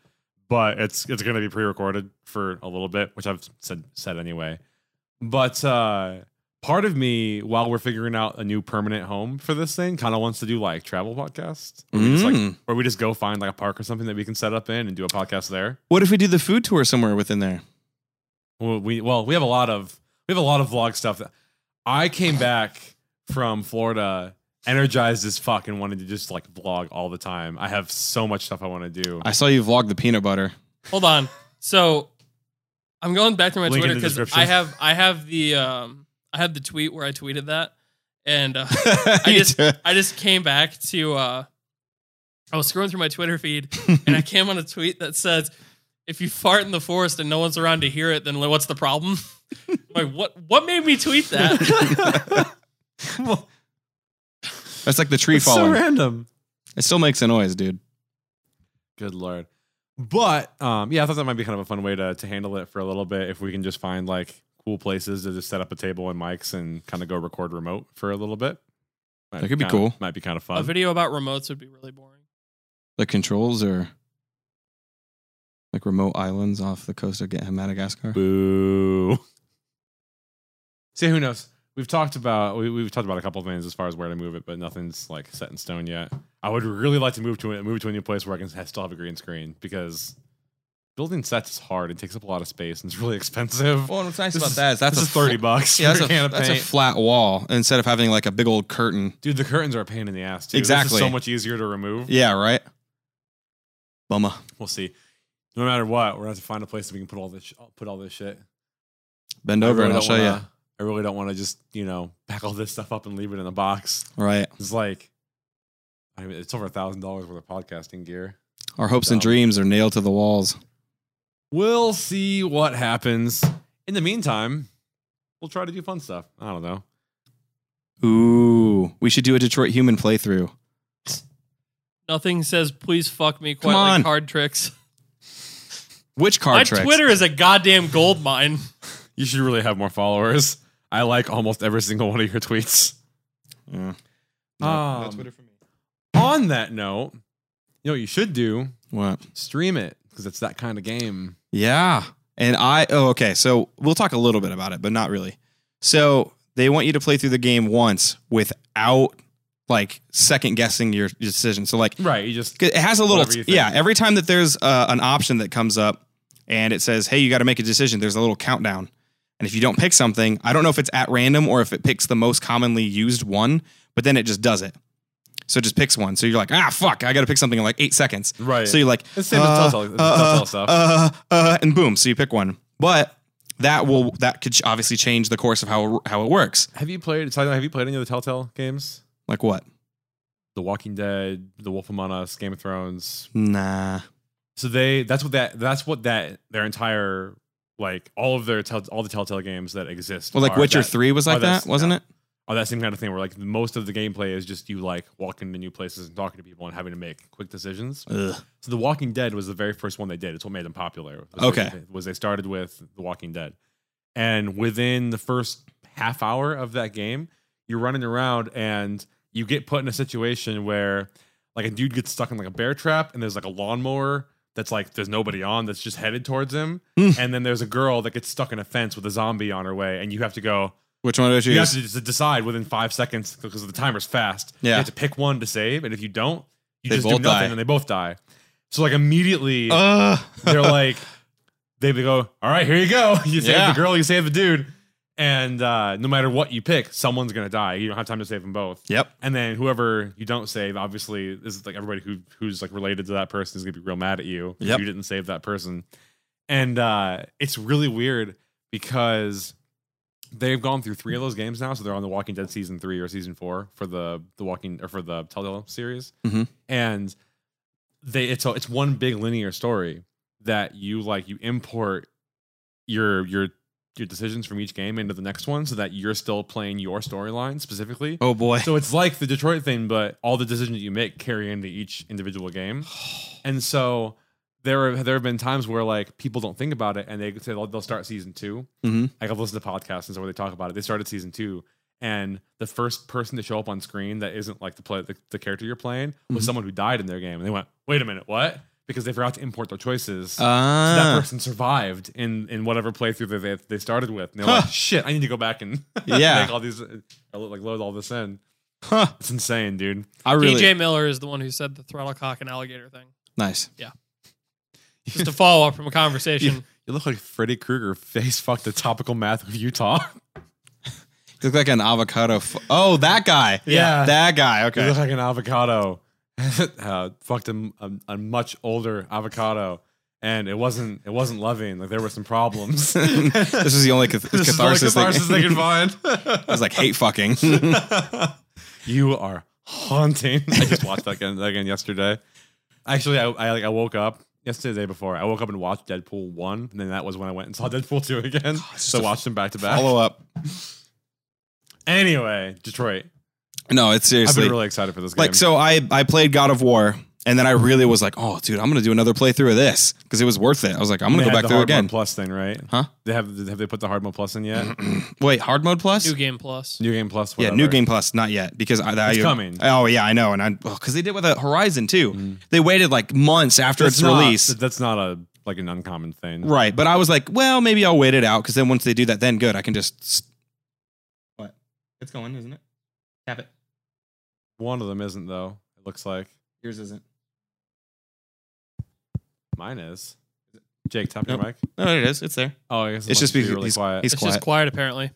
Speaker 3: but it's it's gonna be pre recorded for a little bit, which I've said said anyway. But uh, part of me, while we're figuring out a new permanent home for this thing, kind of wants to do like travel podcast, where, we just, like,
Speaker 1: Mm.
Speaker 3: where we just go find like a park or something that we can set up in and do a podcast there.
Speaker 1: What if we do the food tour somewhere within there?
Speaker 3: Well, we well we have a lot of we have a lot of vlog stuff. That, I came back from Florida energized as fuck and wanted to just like vlog all the time. I have so much stuff I want to do.
Speaker 1: I saw you vlog the peanut butter.
Speaker 2: Hold on. So I'm going back to my
Speaker 3: Link in
Speaker 2: Twitter
Speaker 3: the
Speaker 2: because
Speaker 3: description.
Speaker 2: I have I have the um I have the tweet where I tweeted that, and uh, [laughs]
Speaker 1: You
Speaker 2: just-
Speaker 1: do-
Speaker 2: I just came back to uh I was scrolling through my Twitter
Speaker 3: [laughs]
Speaker 2: feed and I came on a tweet that says, "If you fart in the forest and no one's around to hear it, then what's the problem?" [laughs] like what what made me tweet that?
Speaker 3: [laughs]
Speaker 1: That's like the tree
Speaker 3: it's so
Speaker 1: falling.
Speaker 3: random.
Speaker 1: it still makes a noise, dude.
Speaker 3: Good lord. But um, yeah, I thought that might be kind of a fun way to to handle it for a little bit if we can just find like cool places to just set up a table and mics and kind of go record remote for a little bit. Might
Speaker 1: That could be
Speaker 3: kinda-
Speaker 1: cool.
Speaker 3: Might be kind of
Speaker 2: a
Speaker 3: fun.
Speaker 2: video about remotes would be really boring.
Speaker 1: The controls are like remote islands off the coast of Ga- Madagascar.
Speaker 3: Boo. [laughs] See, who knows? We've talked about we, we've talked about a couple of things as far as where to move it, but nothing's like set in stone yet. I would really like to move to a, move to a new place where I can ha- still have a green screen because building sets is hard. It takes up a lot of space and it's really [laughs] expensive.
Speaker 1: Well, what's nice
Speaker 3: This is-
Speaker 1: is
Speaker 3: That's a
Speaker 1: [laughs]
Speaker 3: thirty bucks.
Speaker 1: Yeah,
Speaker 3: for
Speaker 1: that's, a,
Speaker 3: can of
Speaker 1: that's a
Speaker 3: paint.
Speaker 1: flat wall instead of having like a big old curtain.
Speaker 3: dude. The curtains are a pain in the ass. Too. This is
Speaker 1: Exactly.
Speaker 3: so much easier to remove.
Speaker 1: Yeah, right. Bummer.
Speaker 3: We'll see. No matter what, we're gonna have to find a place that we can put all this sh- put all this shit.
Speaker 1: Bend
Speaker 3: I
Speaker 1: over
Speaker 3: really
Speaker 1: and I'll
Speaker 3: don't
Speaker 1: show
Speaker 3: wanna- I really don't want to just you know pack all this stuff up and leave it in a box.
Speaker 1: you. Right.
Speaker 3: It's like, I mean, it's over a thousand dollars worth of podcasting gear.
Speaker 1: Our hopes and
Speaker 3: Dumb.
Speaker 1: dreams are nailed to the walls.
Speaker 3: We'll see what happens. In the meantime, we'll try to do fun stuff. I don't know.
Speaker 1: Ooh, we should do a Detroit Human playthrough.
Speaker 2: Nothing says please fuck me quite
Speaker 1: Come on.
Speaker 2: like card tricks.
Speaker 1: Which card
Speaker 2: My
Speaker 1: tricks?
Speaker 2: Twitter is a goddamn gold mine.
Speaker 3: You should really have more followers. I like almost every single one of your tweets.
Speaker 1: Yeah.
Speaker 3: Um,
Speaker 1: for me.
Speaker 3: On that note, you know what you should do?
Speaker 1: What?
Speaker 3: Stream it because it's that kind of game.
Speaker 1: Yeah. And I, oh, okay. So we'll talk a little bit about it, but not really. So they want you to play through the game once without like second guessing your your decision. So, like,
Speaker 3: Right. You just
Speaker 1: 'Cause It has a little,
Speaker 3: Whatever you think.
Speaker 1: yeah. Every time that there's uh, an option that comes up and it says, "Hey, you got to make a decision," there's a little countdown. And if you don't pick something, I don't know if it's at random or if it picks the most commonly used one, but then it just does it. So it just picks one. So you're like, ah, fuck, I got to pick something in like eight seconds.
Speaker 3: right.
Speaker 1: So you're like,
Speaker 3: It's same as Telltale- it's Telltale stuff.
Speaker 1: uh, uh, and boom, so you pick one. But that will that could obviously change the course of how how it works.
Speaker 3: have you played? Have you played any of the Telltale games?
Speaker 1: Like what?
Speaker 3: The Walking Dead, The Wolf Among Us, Game of Thrones,
Speaker 1: Nah.
Speaker 3: So they that's what that that's what that their entire like all of their tell, all the Telltale games that exist.
Speaker 1: Well, like
Speaker 3: are
Speaker 1: Witcher
Speaker 3: that-
Speaker 1: Three was
Speaker 3: are
Speaker 1: like
Speaker 3: that's-
Speaker 1: that, wasn't
Speaker 3: yeah.
Speaker 1: it?
Speaker 3: or that same kind of thing where like most of the gameplay is just you like walking into new places and talking to people and having to make quick decisions.
Speaker 1: Ugh.
Speaker 3: So The Walking Dead was the very first one they did. It's what made them popular. was
Speaker 1: Okay.
Speaker 3: they- was they started with The Walking Dead, and within the first half hour of that game, you're running around and you get put in a situation where like a dude gets stuck in like a bear trap, and there's like a lawnmower that's like there's nobody on that's just headed towards him,
Speaker 1: Hmm.
Speaker 3: and then there's a girl that gets stuck in a fence with a zombie on her way, and you have to go.
Speaker 1: Which one do I choose?
Speaker 3: You have to just decide within five seconds because the timer's fast. You
Speaker 1: Yeah.
Speaker 3: have to pick one to save, and if you don't, you
Speaker 1: They
Speaker 3: just do
Speaker 1: both
Speaker 3: nothing,
Speaker 1: die.
Speaker 3: and they both die. So
Speaker 1: [laughs]
Speaker 3: like immediately,
Speaker 1: Ugh.
Speaker 3: they're like, they go, all right, here you go. [laughs] You save
Speaker 1: Yeah.
Speaker 3: the girl, you save the dude, and uh, no matter what you pick, someone's gonna die. You don't have time to save them both.
Speaker 1: yep.
Speaker 3: And then whoever you don't save, obviously, this is like everybody who who's like related to that person is gonna be real mad at you. if
Speaker 1: Yep.
Speaker 3: You didn't save that person. And uh it's really weird because they've gone through three of those games now, so they're on the Walking Dead season three or season four for the the Walking or for the Telltale series.
Speaker 1: Mhm.
Speaker 3: And they it's a, it's one big linear story that you like you import your your your decisions from each game into the next one so that you're still playing your storyline specifically.
Speaker 1: Oh boy.
Speaker 3: So it's like the Detroit thing, but all the decisions you make carry into each individual game. And so there have there have been times where like people don't think about it and they say they'll, they'll start season two.
Speaker 1: Mhm.
Speaker 3: Like I've listened to podcasts and so where they talk about it. They started season two, and the first person to show up on screen that isn't like the play the, the character you're playing was
Speaker 1: Mhm.
Speaker 3: someone who died in their game. And they went, wait a minute, what? Because they forgot to import their
Speaker 1: Uh,
Speaker 3: choices. so that
Speaker 1: Ah.
Speaker 3: person survived in in whatever playthrough that they, they started with. And they're like,
Speaker 1: Huh.
Speaker 3: shit, I need to go back and [laughs]
Speaker 1: Yeah.
Speaker 3: make all these, uh, like load all this in.
Speaker 1: Huh.
Speaker 3: It's insane, dude.
Speaker 1: I really
Speaker 2: DJ Miller is the one who said the throttle cock and alligator thing.
Speaker 1: nice.
Speaker 2: Just a follow up from a conversation.
Speaker 3: You look like Freddy Krueger face fucked the topical math of Utah. [laughs]
Speaker 1: You look like an avocado. F- oh, that guy.
Speaker 3: Yeah.
Speaker 1: That guy.
Speaker 3: You
Speaker 1: Okay.
Speaker 3: look like an avocado. [laughs] uh, fucked a, m- a- a much older avocado, and it wasn't it wasn't loving. Like there were some
Speaker 1: [laughs]
Speaker 3: problems. [laughs]
Speaker 1: this is the only cath-
Speaker 3: This is the only
Speaker 1: catharsis, [laughs]
Speaker 3: catharsis
Speaker 1: they
Speaker 3: they
Speaker 1: can
Speaker 3: could
Speaker 1: find.
Speaker 3: find. [laughs]
Speaker 1: I was like, hate fucking. Did
Speaker 3: you are haunting. [laughs] I just watched that again, that again yesterday. Actually, I, I like I woke up yesterday, the day before. I woke up and watched Deadpool one, and then that was when I went and saw [laughs] Deadpool two again.
Speaker 1: just
Speaker 3: so
Speaker 1: a
Speaker 3: watched them back to back.
Speaker 1: Follow up.
Speaker 3: Anyway, Detroit.
Speaker 1: No, it's
Speaker 3: I've
Speaker 1: seriously
Speaker 3: been really excited for this game.
Speaker 1: like so. I I played God of War, and then I really was like, oh, dude, I'm gonna do another playthrough of this because it was worth it. I was like, I'm
Speaker 3: They
Speaker 1: gonna go
Speaker 3: had
Speaker 1: back
Speaker 3: the
Speaker 1: through
Speaker 3: hard mode
Speaker 1: again.
Speaker 3: Plus thing, right?
Speaker 1: Huh?
Speaker 3: They have have they put the hard mode plus
Speaker 1: [clears throat]
Speaker 3: in yet?
Speaker 1: Wait, hard mode plus?
Speaker 2: New game plus.
Speaker 3: new game plus.
Speaker 1: yeah,
Speaker 3: Whatever.
Speaker 1: new game plus, not yet because I, I
Speaker 3: It's coming.
Speaker 1: Oh yeah, I know, and I because they did with the Horizon too. They waited like months after
Speaker 3: That's
Speaker 1: its
Speaker 3: not-
Speaker 1: release.
Speaker 3: That's not a like an uncommon thing.
Speaker 1: Right. But I was like, well, maybe I'll wait it out because then once they do that, then good. I can just. s- What? It's going, isn't it? Tap it.
Speaker 3: One of them isn't though. It looks like
Speaker 1: Yours isn't.
Speaker 3: mine is. Jake, tap your
Speaker 1: Nope.
Speaker 3: mic.
Speaker 1: No, it is. It's there.
Speaker 3: Oh, I guess it
Speaker 1: It's
Speaker 3: must
Speaker 1: just
Speaker 3: be
Speaker 1: because
Speaker 3: really
Speaker 1: he's-
Speaker 3: quiet.
Speaker 1: he's
Speaker 2: It's
Speaker 1: quiet.
Speaker 2: just quiet apparently.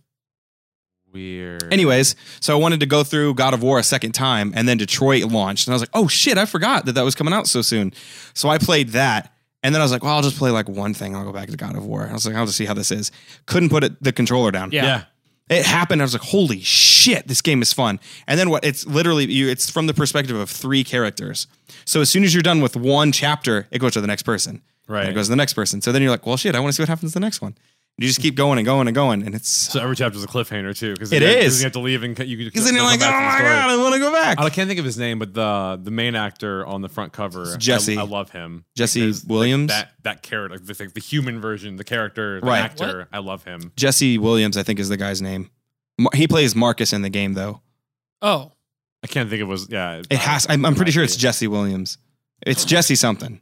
Speaker 3: Weird.
Speaker 1: Anyways, so I wanted to go through God of War a second time, and then Detroit launched, and I was like, "Oh shit, I forgot that that was coming out so soon." So I played that, and then I was like, "Well, I'll just play like one thing. I'll go back to God of War." I was like, "I'll just see how this is." Couldn't put it, the controller down.
Speaker 2: Yeah.
Speaker 3: yeah.
Speaker 1: it happened. I was like, "Holy shit, this game is fun!" And then what? It's literally you. It's from the perspective of three characters. So as soon as you're done with one chapter, it goes to the next person.
Speaker 3: Right.
Speaker 1: And it goes to the next person. So then you're like, "Well, shit, I want to see what happens to the next one." You just keep going and going and going, and it's
Speaker 3: So every chapter is a cliffhanger too, because
Speaker 1: It
Speaker 3: you
Speaker 1: is.
Speaker 3: Have, you have to leave and cut- you
Speaker 1: because then you're like, "Oh my god, I want to go back."
Speaker 3: I can't think of his name, but the the main actor on the front cover,
Speaker 1: Jesse.
Speaker 3: I, I love him.
Speaker 1: Jesse
Speaker 3: Because
Speaker 1: Williams.
Speaker 3: That that character, the, the, the human version, the character, the
Speaker 1: Right.
Speaker 3: actor, I love him.
Speaker 1: Jesse Williams, I think, is the guy's name. Mar- He plays Marcus in the game, though.
Speaker 2: Oh,
Speaker 3: I can't think of was yeah. uh,
Speaker 1: It has. I'm, I'm pretty sure it's
Speaker 3: Jesse.
Speaker 1: Jesse Williams. It's Jesse something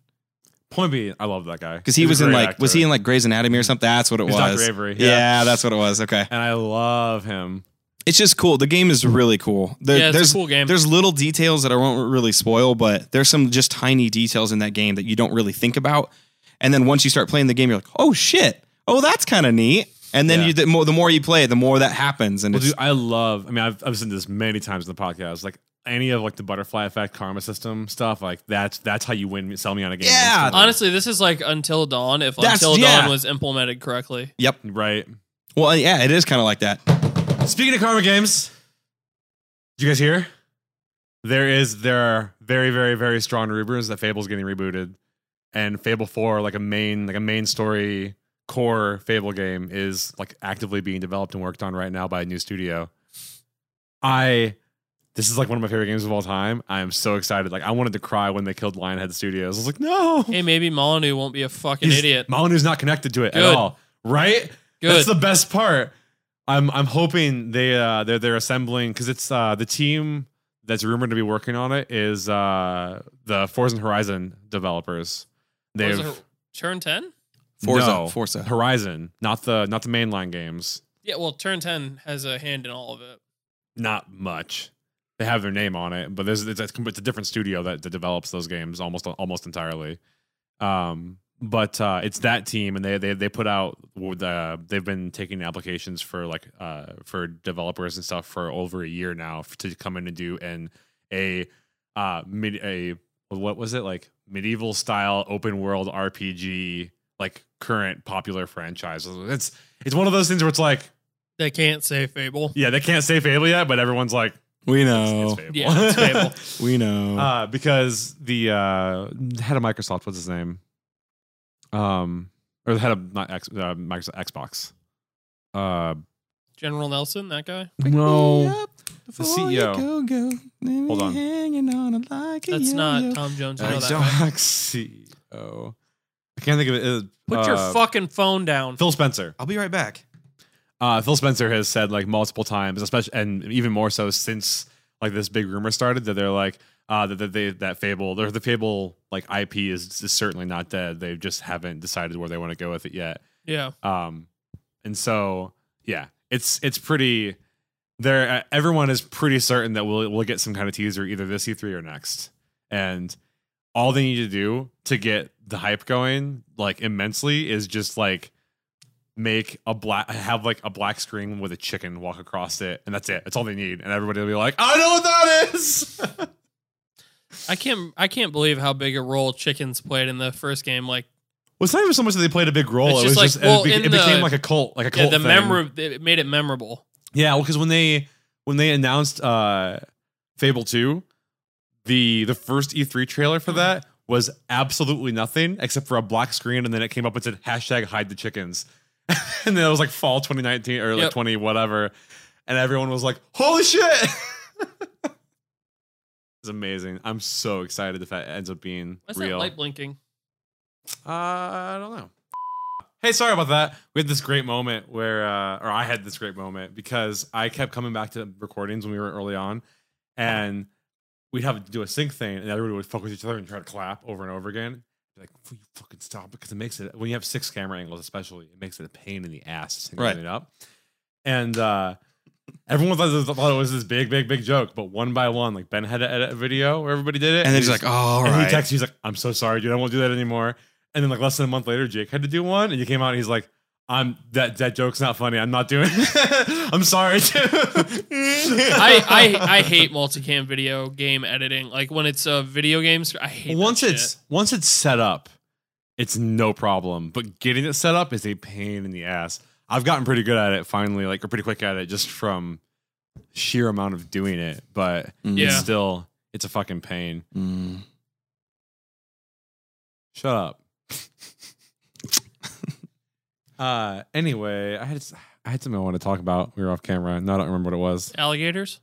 Speaker 3: Point being, I love that guy
Speaker 1: because he
Speaker 3: He's a
Speaker 1: was in
Speaker 3: great
Speaker 1: like was
Speaker 3: actor.
Speaker 1: he in like Grey's Anatomy or something? That's what it
Speaker 3: He's Dr.
Speaker 1: was.
Speaker 3: Avery,
Speaker 1: Yeah.
Speaker 3: yeah.
Speaker 1: that's what it was. Okay,
Speaker 3: and I love him.
Speaker 1: it's just cool. The game is really cool. There-
Speaker 2: yeah, it's
Speaker 1: there's
Speaker 2: a cool game.
Speaker 1: there's little details that I won't really spoil, but there's some just tiny details in that game that you don't really think about. And then once you start playing the game, you're like, oh shit, oh that's kind of neat. And then
Speaker 3: Yeah.
Speaker 1: you the more, the more you play, it, the more that happens. And
Speaker 3: Well,
Speaker 1: it's,
Speaker 3: dude, I love. I mean, I've I've seen this many times in the podcast. Like any of like the butterfly effect, karma system stuff. Like that's that's how you win. Sell me on a game.
Speaker 1: Yeah.
Speaker 3: instantly.
Speaker 2: Honestly, this is like Until Dawn. If
Speaker 1: That's-
Speaker 2: Until
Speaker 1: yeah.
Speaker 2: Dawn was implemented correctly,
Speaker 1: yep.
Speaker 3: right.
Speaker 1: Well, yeah, it is kind of like that.
Speaker 3: Speaking of karma games, did you guys hear? There is there are very very very strong rumors that Fable's getting rebooted, and Fable Four, like a main like a main story core Fable game, is like actively being developed and worked on right now by a new studio. I this is like one of my favorite games of all time. I am so excited. Like I wanted to cry when they killed Lionhead Studios. I was like, no.
Speaker 2: Hey, maybe Molyneux won't be a fucking
Speaker 3: He's-
Speaker 2: idiot.
Speaker 3: Molyneux's not connected to it
Speaker 2: Good.
Speaker 3: at all. Right?
Speaker 2: Good.
Speaker 3: That's the best part. I'm I'm hoping they uh they're they're assembling because it's uh the team that's rumored to be working on it is uh the Forza Horizon developers. They've
Speaker 2: Was it turn ten?
Speaker 1: Forza,
Speaker 3: No.
Speaker 1: Forza.
Speaker 3: Horizon, not the not the mainline games.
Speaker 2: Yeah, well, turn ten has a hand in all of it.
Speaker 3: Not much. They have their name on it, but there's it's, it's, it's a different studio that, that develops those games almost almost entirely. Um, but uh, it's that team, and they they they put out with, uh, they've been taking applications for like uh, for developers and stuff for over a year now f- to come in and do an a uh mid a what was it like medieval style open world RPG like current popular franchise. It's it's one of those things where it's like
Speaker 2: They can't say Fable.
Speaker 3: yeah, they can't say Fable yet, but everyone's like,
Speaker 1: We
Speaker 3: it's,
Speaker 1: know.
Speaker 3: [laughs] it's Fable.
Speaker 2: Yeah, it's Fable.
Speaker 1: [laughs] We know.
Speaker 3: uh, because the uh, head of Microsoft, what's his name? Um, or the head of not X, uh, Microsoft Xbox. Uh,
Speaker 2: General Nelson, that guy.
Speaker 3: no,
Speaker 1: the
Speaker 3: CEO.
Speaker 1: Go, go. Let
Speaker 3: Hold
Speaker 1: me
Speaker 3: on.
Speaker 1: Hanging on a like a
Speaker 2: That's
Speaker 1: yo-yo.
Speaker 2: not Tom Jones. You know that, right?
Speaker 3: Xbox CEO. I can't think of it. it
Speaker 2: Put your
Speaker 3: uh,
Speaker 2: fucking phone down.
Speaker 3: Phil Spencer.
Speaker 1: I'll be right back.
Speaker 3: uh, Phil Spencer has said like multiple times, especially and even more so since like this big rumor started that they're like uh, that, that they that Fable or the Fable like IP is, is certainly not dead. They just haven't decided where they want to go with it yet.
Speaker 2: Yeah.
Speaker 3: Um, and so yeah, it's it's pretty. There, uh, everyone is pretty certain that we'll we'll get some kind of teaser either this E3 or next, and all they need to do to get the hype going like immensely is just like make a black have like a black screen with a chicken walk across it and that's it that's all they need and everybody will be like i know what that is [laughs]
Speaker 2: I can't I can't believe how big a role chickens played in the first game. Like
Speaker 3: well, it's not even so much that they played a big role
Speaker 2: It's
Speaker 3: it was
Speaker 2: just like,
Speaker 3: just, it,
Speaker 2: well,
Speaker 3: beca-
Speaker 2: in
Speaker 3: it became
Speaker 2: the-
Speaker 3: like a cult like a
Speaker 2: yeah,
Speaker 3: cult
Speaker 2: the
Speaker 3: thing.
Speaker 2: memor it made it memorable.
Speaker 3: Yeah, well, because when they when they announced uh Fable Two, the the first E3 trailer for that was absolutely nothing except for a black screen, and then it came up and said hashtag hide the chickens, [laughs] and then it was like fall 2019 or like
Speaker 2: Yep.
Speaker 3: 20 whatever, and everyone was like, holy shit. [laughs] It's amazing. I'm so excited if that ends up being
Speaker 2: Why's
Speaker 3: real.
Speaker 2: that light blinking?
Speaker 3: Uh, I don't know. Hey, sorry about that. We had this great moment where, uh, or I had this great moment because I kept coming back to recordings when we were early on, and we'd have to do a sync thing, and everybody would fuck with each other and try to clap over and over again. Like, will you fucking stop because it makes it when you have six camera angles, especially, it makes it a pain in the ass to sync
Speaker 1: Right.
Speaker 3: it up. And uh, everyone thought, this- thought it was this big, big, big joke, but one by one, like Ben had to edit a video where everybody did it,
Speaker 1: And then
Speaker 3: he's
Speaker 1: he's like, oh, all
Speaker 3: and
Speaker 1: right.
Speaker 3: he texts, he's like, I'm so sorry, dude. I won't do that anymore. And then like less than a month later, Jake had to do one, and he came out and he's like, I'm that that joke's not funny. I'm not doing. [laughs] I'm sorry, [laughs] dude.
Speaker 2: [laughs] I, I I hate multicam video game editing. Like when it's a video game, I hate that
Speaker 3: once
Speaker 2: shit.
Speaker 3: it's once it's set up, it's no problem. But getting it set up is a pain in the ass. I've gotten pretty good at it finally, like or pretty quick at it, just from sheer amount of doing it. But
Speaker 1: Mm.
Speaker 2: Yeah.
Speaker 3: it's still it's a fucking pain.
Speaker 1: Mm.
Speaker 3: Shut up. [laughs] uh anyway, I had I had something I wanted to talk about. We were off camera. Now I don't remember what it was.
Speaker 2: alligators.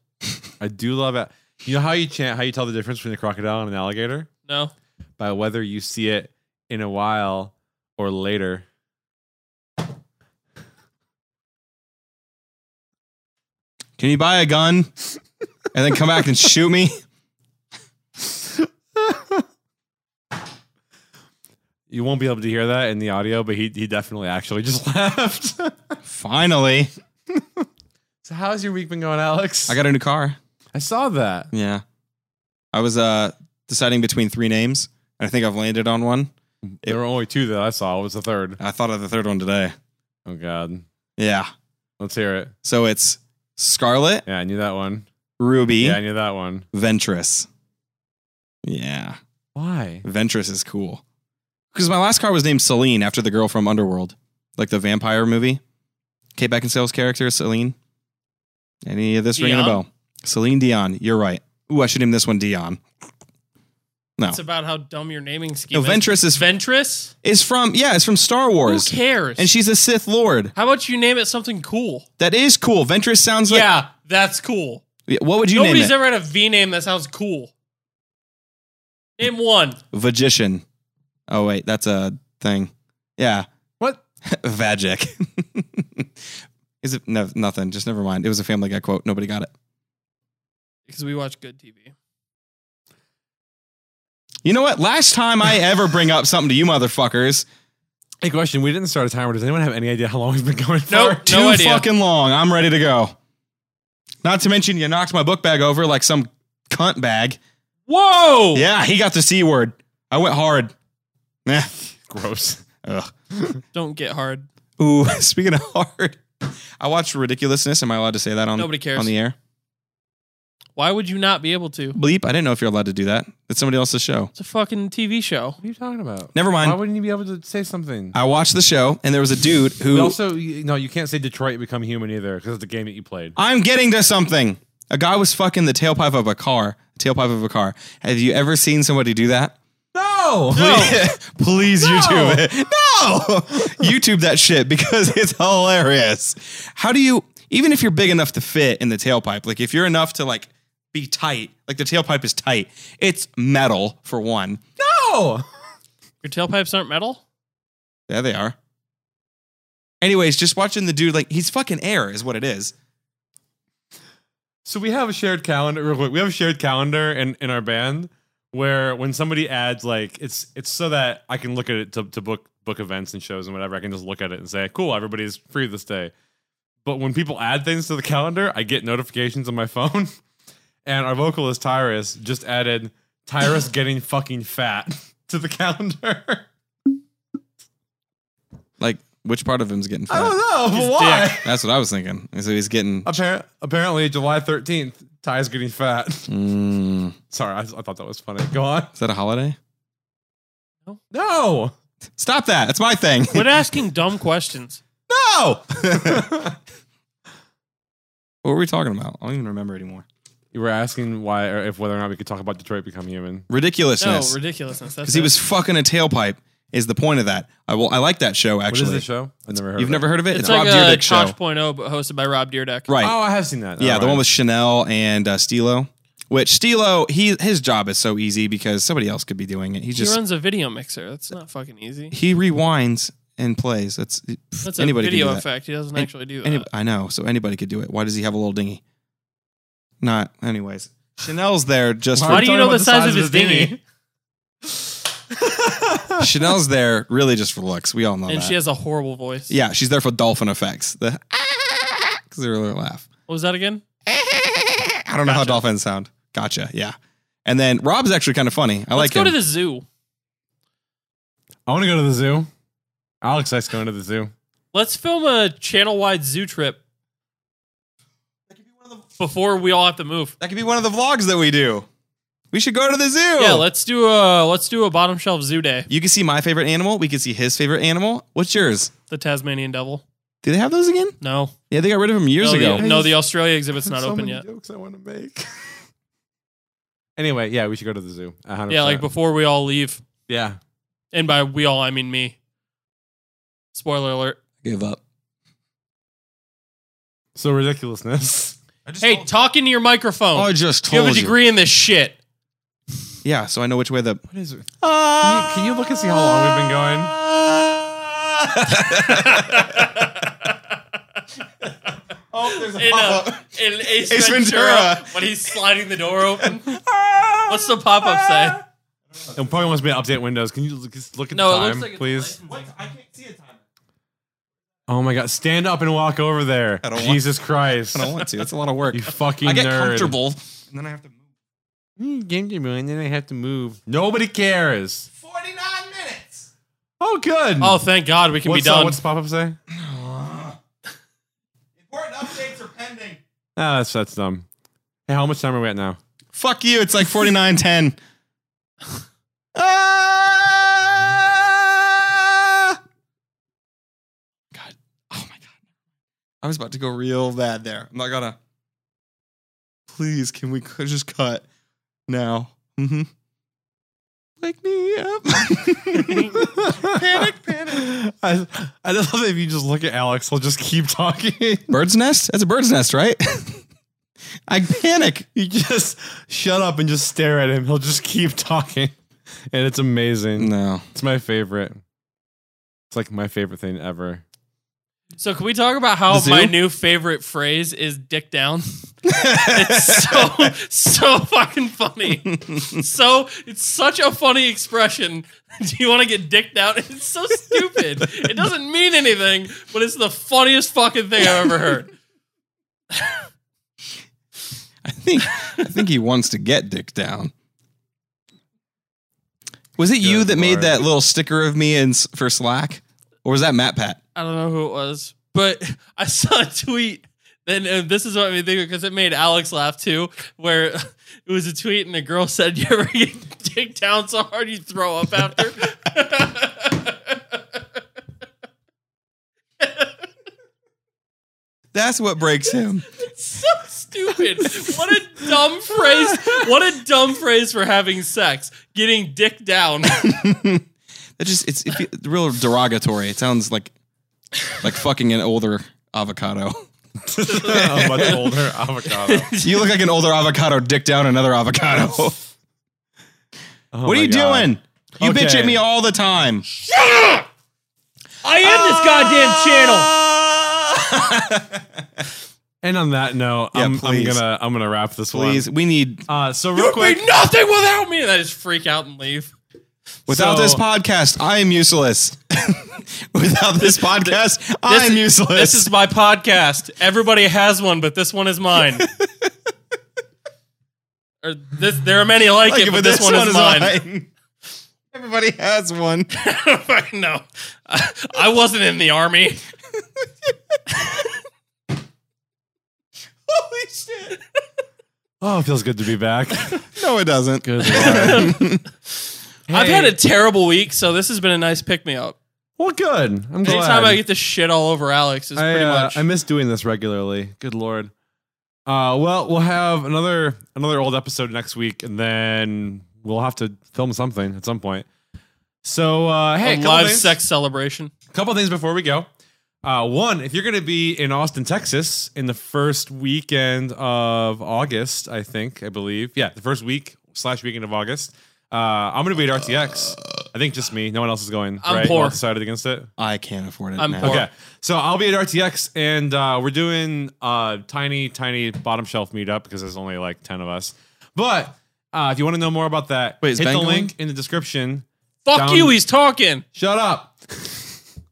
Speaker 3: I do love it. You know how you chant how you tell the difference between a crocodile and an alligator?
Speaker 2: No,
Speaker 3: By whether you see it in a while or later.
Speaker 1: Can you buy a gun and then come back and shoot me?
Speaker 3: You won't be able to hear that in the audio, but he he definitely actually [laughs] just laughed.
Speaker 1: Finally,
Speaker 3: so how's your week been going, Alex?
Speaker 1: I got a new car.
Speaker 3: I saw that.
Speaker 1: Yeah. I was uh deciding between three names, and I think I've landed on one.
Speaker 3: There were only two that I saw. It was the third.
Speaker 1: I thought of the third one today.
Speaker 3: Oh god.
Speaker 1: Yeah.
Speaker 3: Let's hear it.
Speaker 1: So it's Scarlet,
Speaker 3: Yeah, I knew that one.
Speaker 1: Ruby,
Speaker 3: Yeah, I knew that one.
Speaker 1: Ventress. Yeah.
Speaker 3: Why?
Speaker 1: Ventress is cool. Because my last car was named Celine after the girl from Underworld, like the vampire movie. Kate Beckinsale's character, is Celine. Any of this ringing a
Speaker 2: Dion?
Speaker 1: bell? Celine Dion. You're right. Ooh, I should name this one Dion. No.
Speaker 2: it's about how dumb your naming scheme
Speaker 1: No,
Speaker 2: is.
Speaker 1: Ventress is,
Speaker 2: Ventress.
Speaker 1: is from, yeah, it's from Star
Speaker 2: Who
Speaker 1: Wars.
Speaker 2: cares?
Speaker 1: And she's a Sith Lord.
Speaker 2: how about you name it something cool?
Speaker 1: That is cool. Ventress sounds like
Speaker 2: yeah, that's cool.
Speaker 1: Yeah, What would you
Speaker 2: Nobody's
Speaker 1: name
Speaker 2: ever had a V name that sounds cool. Name one.
Speaker 1: it? Vagician. Oh wait, that's a thing. Yeah, [laughs]
Speaker 3: What?
Speaker 1: Vagic. [laughs] Is it no, nothing? Just never mind. It was a Family Guy quote. Nobody got it.
Speaker 2: Because we watch good TV.
Speaker 1: You know what? Last time I ever bring up something to you motherfuckers,
Speaker 3: Hey, question. We didn't start a timer. Does anyone have any idea how long we've been going for?
Speaker 2: Nope.
Speaker 1: too
Speaker 2: [laughs] No idea.
Speaker 1: fucking long. I'm ready to go. Not to mention, you knocked my book bag over like some cunt bag.
Speaker 2: Whoa!
Speaker 1: Yeah, he got the C word. I went hard. [laughs] Eh.
Speaker 3: Gross.
Speaker 1: Ugh.
Speaker 2: Don't get hard.
Speaker 1: Ooh, [laughs] speaking of hard, I watched Ridiculousness. Am I allowed to say that on,
Speaker 2: Nobody cares.
Speaker 1: on the air?
Speaker 2: Why would you not be able to?
Speaker 1: Bleep. I didn't know if you're allowed to do that. It's somebody else's show.
Speaker 2: It's a fucking TV show.
Speaker 3: What are you talking about?
Speaker 1: Never
Speaker 3: Why
Speaker 1: mind.
Speaker 3: wouldn't you be able to say something?
Speaker 1: I watched the show, and there was a dude
Speaker 3: We
Speaker 1: who.
Speaker 3: also, you- no, you can't say Detroit Become Human either because it's a game that you played.
Speaker 1: I'm getting to something. A guy was fucking the tailpipe of a car. Tailpipe of a car. Have you ever seen somebody do that?
Speaker 3: No.
Speaker 1: Please [laughs] YouTube it. No! [laughs] YouTube that shit because [laughs] it's hilarious. How do you even if you're big enough to fit in the tailpipe, like if you're enough to like be tight, like the tailpipe is tight. It's metal for one.
Speaker 3: No.
Speaker 2: Your tailpipes aren't metal?
Speaker 1: There they are. Anyways, just watching the dude like he's fucking air is what it is.
Speaker 3: So we have a shared calendar. Real quick, we have a shared calendar in in our band where when somebody adds like it's it's so that I can look at it to, to book book events and shows and whatever. I can just look at it and say, cool, everybody's free this day. But when people add things to the calendar, I get notifications on my [laughs] phone. And our vocalist Tyrus just added [laughs] Tyrus getting fucking fat [laughs] to the calendar. [laughs]
Speaker 1: Like which part of him's getting
Speaker 3: I
Speaker 1: fat?
Speaker 3: don't know
Speaker 2: His
Speaker 3: but why.
Speaker 2: dick.
Speaker 1: That's what I was thinking. So he's getting
Speaker 3: Appar- apparently, July thirteenth, Ty's getting fat. [laughs]
Speaker 1: Mm,
Speaker 3: Sorry, I, I thought that was funny. Go on.
Speaker 1: Is that a holiday?
Speaker 3: No.
Speaker 1: Stop that. That's my thing. [laughs]
Speaker 2: Quit asking dumb questions.
Speaker 1: No. what were we talking about? I don't even remember anymore.
Speaker 3: [laughs] You were asking why, or if whether or not we could talk about Detroit Become Human.
Speaker 2: No,
Speaker 1: Ridiculousness.
Speaker 2: ridiculousness. That's
Speaker 1: Because he
Speaker 2: it.
Speaker 1: was fucking a tailpipe is the point of that. I will. I like that show actually.
Speaker 3: what is the show? I've never heard.
Speaker 1: You've
Speaker 3: of
Speaker 1: never heard of it?
Speaker 2: It's,
Speaker 1: It's,
Speaker 2: like
Speaker 1: Rob
Speaker 2: a
Speaker 1: Dyrdek's show,
Speaker 2: Tosh.0, but hosted by Rob Deerdeck.
Speaker 3: It.
Speaker 1: right?
Speaker 3: Oh, I have seen that.
Speaker 1: yeah, the
Speaker 3: Alright.
Speaker 1: one with Chanel and uh, Stilo. Which Stilo, he his job is so easy because somebody else could be doing it. He
Speaker 2: He
Speaker 1: just
Speaker 2: runs a video mixer. That's not fucking easy.
Speaker 1: he rewinds and plays. That's,
Speaker 2: That's a
Speaker 1: anybody could
Speaker 2: video
Speaker 1: do that.
Speaker 2: effect. He doesn't
Speaker 1: Any-
Speaker 2: actually do that.
Speaker 1: Any, I know. So anybody could do it. Why does he have a little dinghy? Not. Anyways, Chanel's there just
Speaker 3: Why
Speaker 1: for
Speaker 2: How do you know
Speaker 3: talking about
Speaker 2: the
Speaker 3: the
Speaker 2: size,
Speaker 3: size
Speaker 2: of
Speaker 3: of
Speaker 2: his
Speaker 3: the dinghy.
Speaker 2: dinghy?
Speaker 1: Chanel's there really just for looks. We all know
Speaker 2: And
Speaker 1: that.
Speaker 2: she has a horrible voice.
Speaker 1: yeah, she's there for dolphin effects. The [laughs] because they really laugh.
Speaker 2: What was that again?
Speaker 1: I don't know how dolphins sound. Gotcha. Yeah. And then Rob's actually kind of funny. I like
Speaker 2: Let's go
Speaker 1: him.
Speaker 2: to the zoo.
Speaker 3: I want to go to the zoo. Alex likes going to the zoo.
Speaker 2: Let's film a channel wide zoo trip before we all have to move.
Speaker 1: that could be one of the vlogs that we do. We should go to the zoo.
Speaker 2: Yeah, let's do a let's do a bottom shelf zoo day.
Speaker 1: you can see my favorite animal. We can see his favorite animal. What's yours?
Speaker 2: The Tasmanian devil.
Speaker 1: Do they have those again?
Speaker 2: No,
Speaker 1: Yeah, they got rid of them years
Speaker 2: no,
Speaker 1: ago.
Speaker 2: The, no, the Australia exhibit's not
Speaker 3: so
Speaker 2: open
Speaker 3: many
Speaker 2: yet.
Speaker 3: Jokes I want to make. [laughs] anyway, yeah, we should go to the zoo. 100%.
Speaker 2: Yeah, like before we all leave,
Speaker 3: Yeah,
Speaker 2: and by we all I mean me. Spoiler alert.
Speaker 1: Give up.
Speaker 3: so ridiculousness.
Speaker 2: Hey, talk into your microphone.
Speaker 1: Oh, I just
Speaker 2: you
Speaker 1: told
Speaker 2: have a degree in this shit.
Speaker 1: Yeah, so I know which way the. Ah!
Speaker 3: What is it? [laughs] Can you, can you look and see how long we've been going?
Speaker 1: [laughs] oh, there's
Speaker 2: In, uh, in Ace,
Speaker 1: Ace
Speaker 2: Ventura,
Speaker 1: Ventura.
Speaker 2: when he's sliding the door open. [laughs] What's the pop up say?
Speaker 3: It probably wants me to update Windows. Can you look- just look at
Speaker 2: No,
Speaker 3: the
Speaker 2: it
Speaker 3: time,
Speaker 2: looks like it's
Speaker 3: please?
Speaker 2: licensing.
Speaker 1: I can't see a timer.
Speaker 3: Oh my god, stand up and walk over there.
Speaker 1: I don't want-
Speaker 3: Jesus Christ.
Speaker 1: I don't want to. That's a lot of work.
Speaker 3: You fucking
Speaker 1: I get
Speaker 3: nerd.
Speaker 1: comfortable, and then I have to move.
Speaker 3: Mm, Game to me, and then I have to move. Nobody cares.
Speaker 1: 49
Speaker 3: [gasps]
Speaker 1: minutes.
Speaker 3: Oh, good.
Speaker 2: Oh, thank God we can
Speaker 3: what's,
Speaker 2: be done.
Speaker 3: Uh, what's the pop up say?
Speaker 1: Important updates are pending.
Speaker 3: Ah, that's, that's dumb. Hey, how much time are we at now?
Speaker 1: Fuck you. It's like 4910. [laughs] Ah! God. Oh my God. I was about to go real bad there. I'm not gonna. Please, can we cu- just cut now? Mm-hmm. Wake me up.
Speaker 3: [laughs] panic, panic. I, I just love that if you just look at Alex, he'll just keep talking. [laughs]
Speaker 1: bird's nest? That's a bird's nest, right? [laughs] I panic.
Speaker 3: You just shut up and just stare at him. He'll just keep talking. And it's amazing.
Speaker 1: No.
Speaker 3: It's my favorite. It's like my favorite thing ever. [laughs]
Speaker 2: So can we talk about how
Speaker 1: The zoo?
Speaker 2: my new favorite phrase is "dick down"? [laughs] it's so so fucking funny. So it's such a funny expression. [laughs] Do you want to get dicked out? It's so stupid. It doesn't mean anything, but it's the funniest fucking thing I've ever heard.
Speaker 1: I think I think he wants to get dick down. Was it you
Speaker 3: Good
Speaker 1: that made
Speaker 3: lord.
Speaker 1: that little sticker of me in, s- for Slack? Or was that Matt Pat?
Speaker 2: I don't know who it was, but [laughs] I saw a tweet. And uh, this is what made me think because it made Alex laugh too, where [laughs] it was a tweet and a girl said, "You ever get [laughs] dick down so hard you throw up after?"
Speaker 1: That's what breaks him.
Speaker 2: so stupid. What a dumb phrase. What a dumb phrase for having sex. Getting dick down.
Speaker 1: That just it's it, it's real derogatory. It sounds like like fucking an older avocado. [laughs]
Speaker 3: a much older avocado.
Speaker 1: You look like an older avocado dick down another
Speaker 3: [laughs]
Speaker 1: avocado.
Speaker 3: Oh
Speaker 1: what are
Speaker 3: my
Speaker 1: you
Speaker 3: God.
Speaker 1: doing? You bitch
Speaker 3: Okay.
Speaker 1: at me all the time.
Speaker 2: I am this goddamn channel.
Speaker 3: And on that note,
Speaker 1: Yeah,
Speaker 3: I'm, I'm
Speaker 1: please.
Speaker 3: gonna I'm gonna wrap this
Speaker 1: Please, we need
Speaker 3: one. Uh, so real
Speaker 2: You'd
Speaker 3: quick,
Speaker 2: be nothing without me. And I just freak out and leave.
Speaker 1: Without
Speaker 3: So-
Speaker 1: this podcast, I am useless. [laughs] Without this podcast, I am useless.
Speaker 2: This is my podcast. Everybody has one, but this one is mine. or this, there are many like,
Speaker 1: Like,
Speaker 2: it, but this, one, is, mine.
Speaker 1: mine. [laughs] Everybody has one.
Speaker 2: I don't [laughs] fucking know. I, I wasn't in the army.
Speaker 1: [laughs] Holy shit!
Speaker 3: oh, it feels good to be back.
Speaker 1: No, it doesn't.
Speaker 3: [laughs] Good lord.
Speaker 2: I've
Speaker 3: Hey.
Speaker 2: had a terrible week, so this has been a nice pick me up.
Speaker 3: Well, good. I'm glad.
Speaker 2: Anytime I get this shit all over Alex is
Speaker 3: I,
Speaker 2: pretty
Speaker 3: uh,
Speaker 2: much.
Speaker 3: I miss doing this regularly. Good lord. Uh, well, we'll have another another old episode next week, and then we'll have to film something at some point. So uh, hey, a
Speaker 2: a
Speaker 3: couple
Speaker 2: live
Speaker 3: things-
Speaker 2: sex celebration.
Speaker 3: couple things before we go. Uh, one, if you're going to be in Austin, Texas, in the first weekend of August, I think, I believe, yeah, the first week slash weekend of August, uh, I'm going to be at RTX. I think just me. No one else is going.
Speaker 2: I'm
Speaker 3: right? You
Speaker 2: poor.
Speaker 3: all decided against it.
Speaker 1: I can't afford it.
Speaker 2: I'm
Speaker 1: now.
Speaker 2: poor.
Speaker 3: Okay, so I'll be at RTX, and uh, we're doing uh, tiny, tiny bottom shelf meetup because there's only like ten of us. But uh, if you want to know more about that,
Speaker 1: Wait, is
Speaker 3: hit the
Speaker 1: Ben going?
Speaker 3: link in the description.
Speaker 2: Fuck
Speaker 3: Down-
Speaker 2: you, he's talking.
Speaker 1: [laughs]
Speaker 3: Shut up.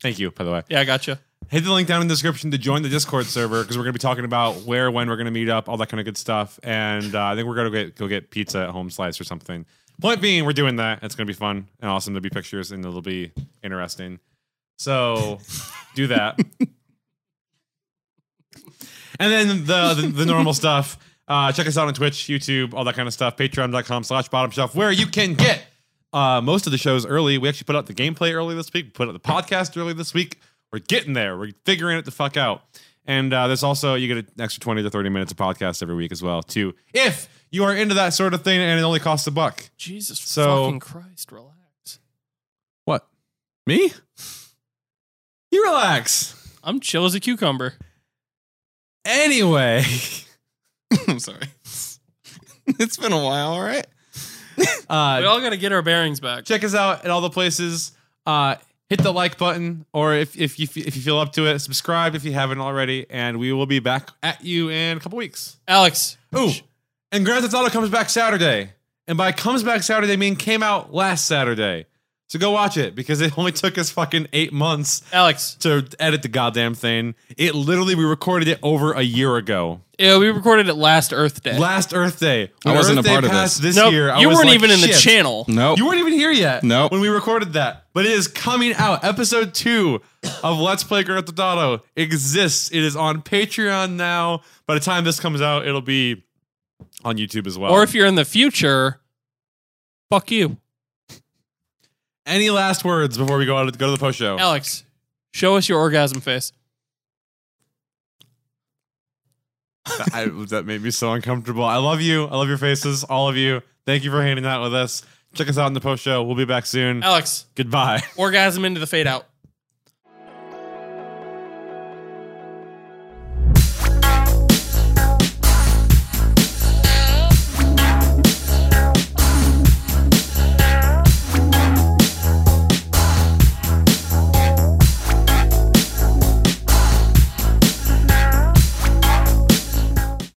Speaker 3: Thank you, by the way.
Speaker 2: Yeah, I gotcha.
Speaker 3: Hit the link down in the description to join the Discord server because we're going to be talking about where, when we're going to meet up, all that kind of good stuff. And uh, I think we're going to go get pizza at Home Slice or something. Point being, we're doing that. It's going to be fun and awesome. There'll be pictures and it'll be interesting. So do that. [laughs] and then the, the, the normal stuff. Uh, check us out on Twitch, YouTube, all that kind of stuff. Patreon.com slash bottom shelf, where you can get uh, most of the shows early. We actually put out the gameplay early this week, put out the podcast early this week. We're getting there. We're figuring it the fuck out. And uh, there's also, you get an extra 20 to 30 minutes of podcast every week as well, too. If you are into that sort of thing and it only costs a buck.
Speaker 2: Jesus
Speaker 3: So-
Speaker 2: fucking Christ, relax.
Speaker 3: What? Me? You relax.
Speaker 2: I'm chill as a cucumber.
Speaker 3: Anyway.
Speaker 1: [laughs]
Speaker 3: [laughs]
Speaker 1: I'm sorry. [laughs] it's been a while, all right?
Speaker 3: Uh,
Speaker 2: We all gotta get our bearings back.
Speaker 3: check us out at all the places. Uh, hit the like button, or if if you if you feel up to it, subscribe if you haven't already, and we will be back at you in a couple weeks.
Speaker 2: Alex.
Speaker 3: Ooh,
Speaker 2: sh-
Speaker 3: and Grand Theft Auto comes back Saturday, and by comes back Saturday, I mean came out last Saturday. So go watch it because it [laughs] only took us fucking eight months
Speaker 2: Alex.
Speaker 3: to edit the goddamn thing. It literally we recorded it over a year ago,
Speaker 2: Yeah, we recorded it last Earth Day.
Speaker 3: last Earth Day. When
Speaker 1: wasn't a
Speaker 3: Earth Day
Speaker 1: part of
Speaker 3: passed
Speaker 1: this.
Speaker 3: this
Speaker 2: nope,
Speaker 3: year. I
Speaker 2: you
Speaker 3: was
Speaker 2: weren't
Speaker 3: like,
Speaker 2: even in the
Speaker 3: "Shit."
Speaker 2: channel.
Speaker 1: No.
Speaker 3: You weren't even here yet.
Speaker 1: Nope.
Speaker 3: When we recorded that. But it is coming out. Episode two of Let's Play Grand Theft Auto exists. It is on Patreon now. By the time this comes out, it'll be on YouTube as well.
Speaker 2: Or if you're in the future, fuck you.
Speaker 3: any last words before we go out go to the post show.
Speaker 2: Alex, show us your orgasm face.
Speaker 3: I, that made me so uncomfortable. I love you. I love your faces, all of you. Thank you for
Speaker 2: Oh.
Speaker 3: hanging out with us. Check us out in the post show. We'll be back soon.
Speaker 2: Alex,
Speaker 3: Goodbye.
Speaker 2: orgasm into the fade out.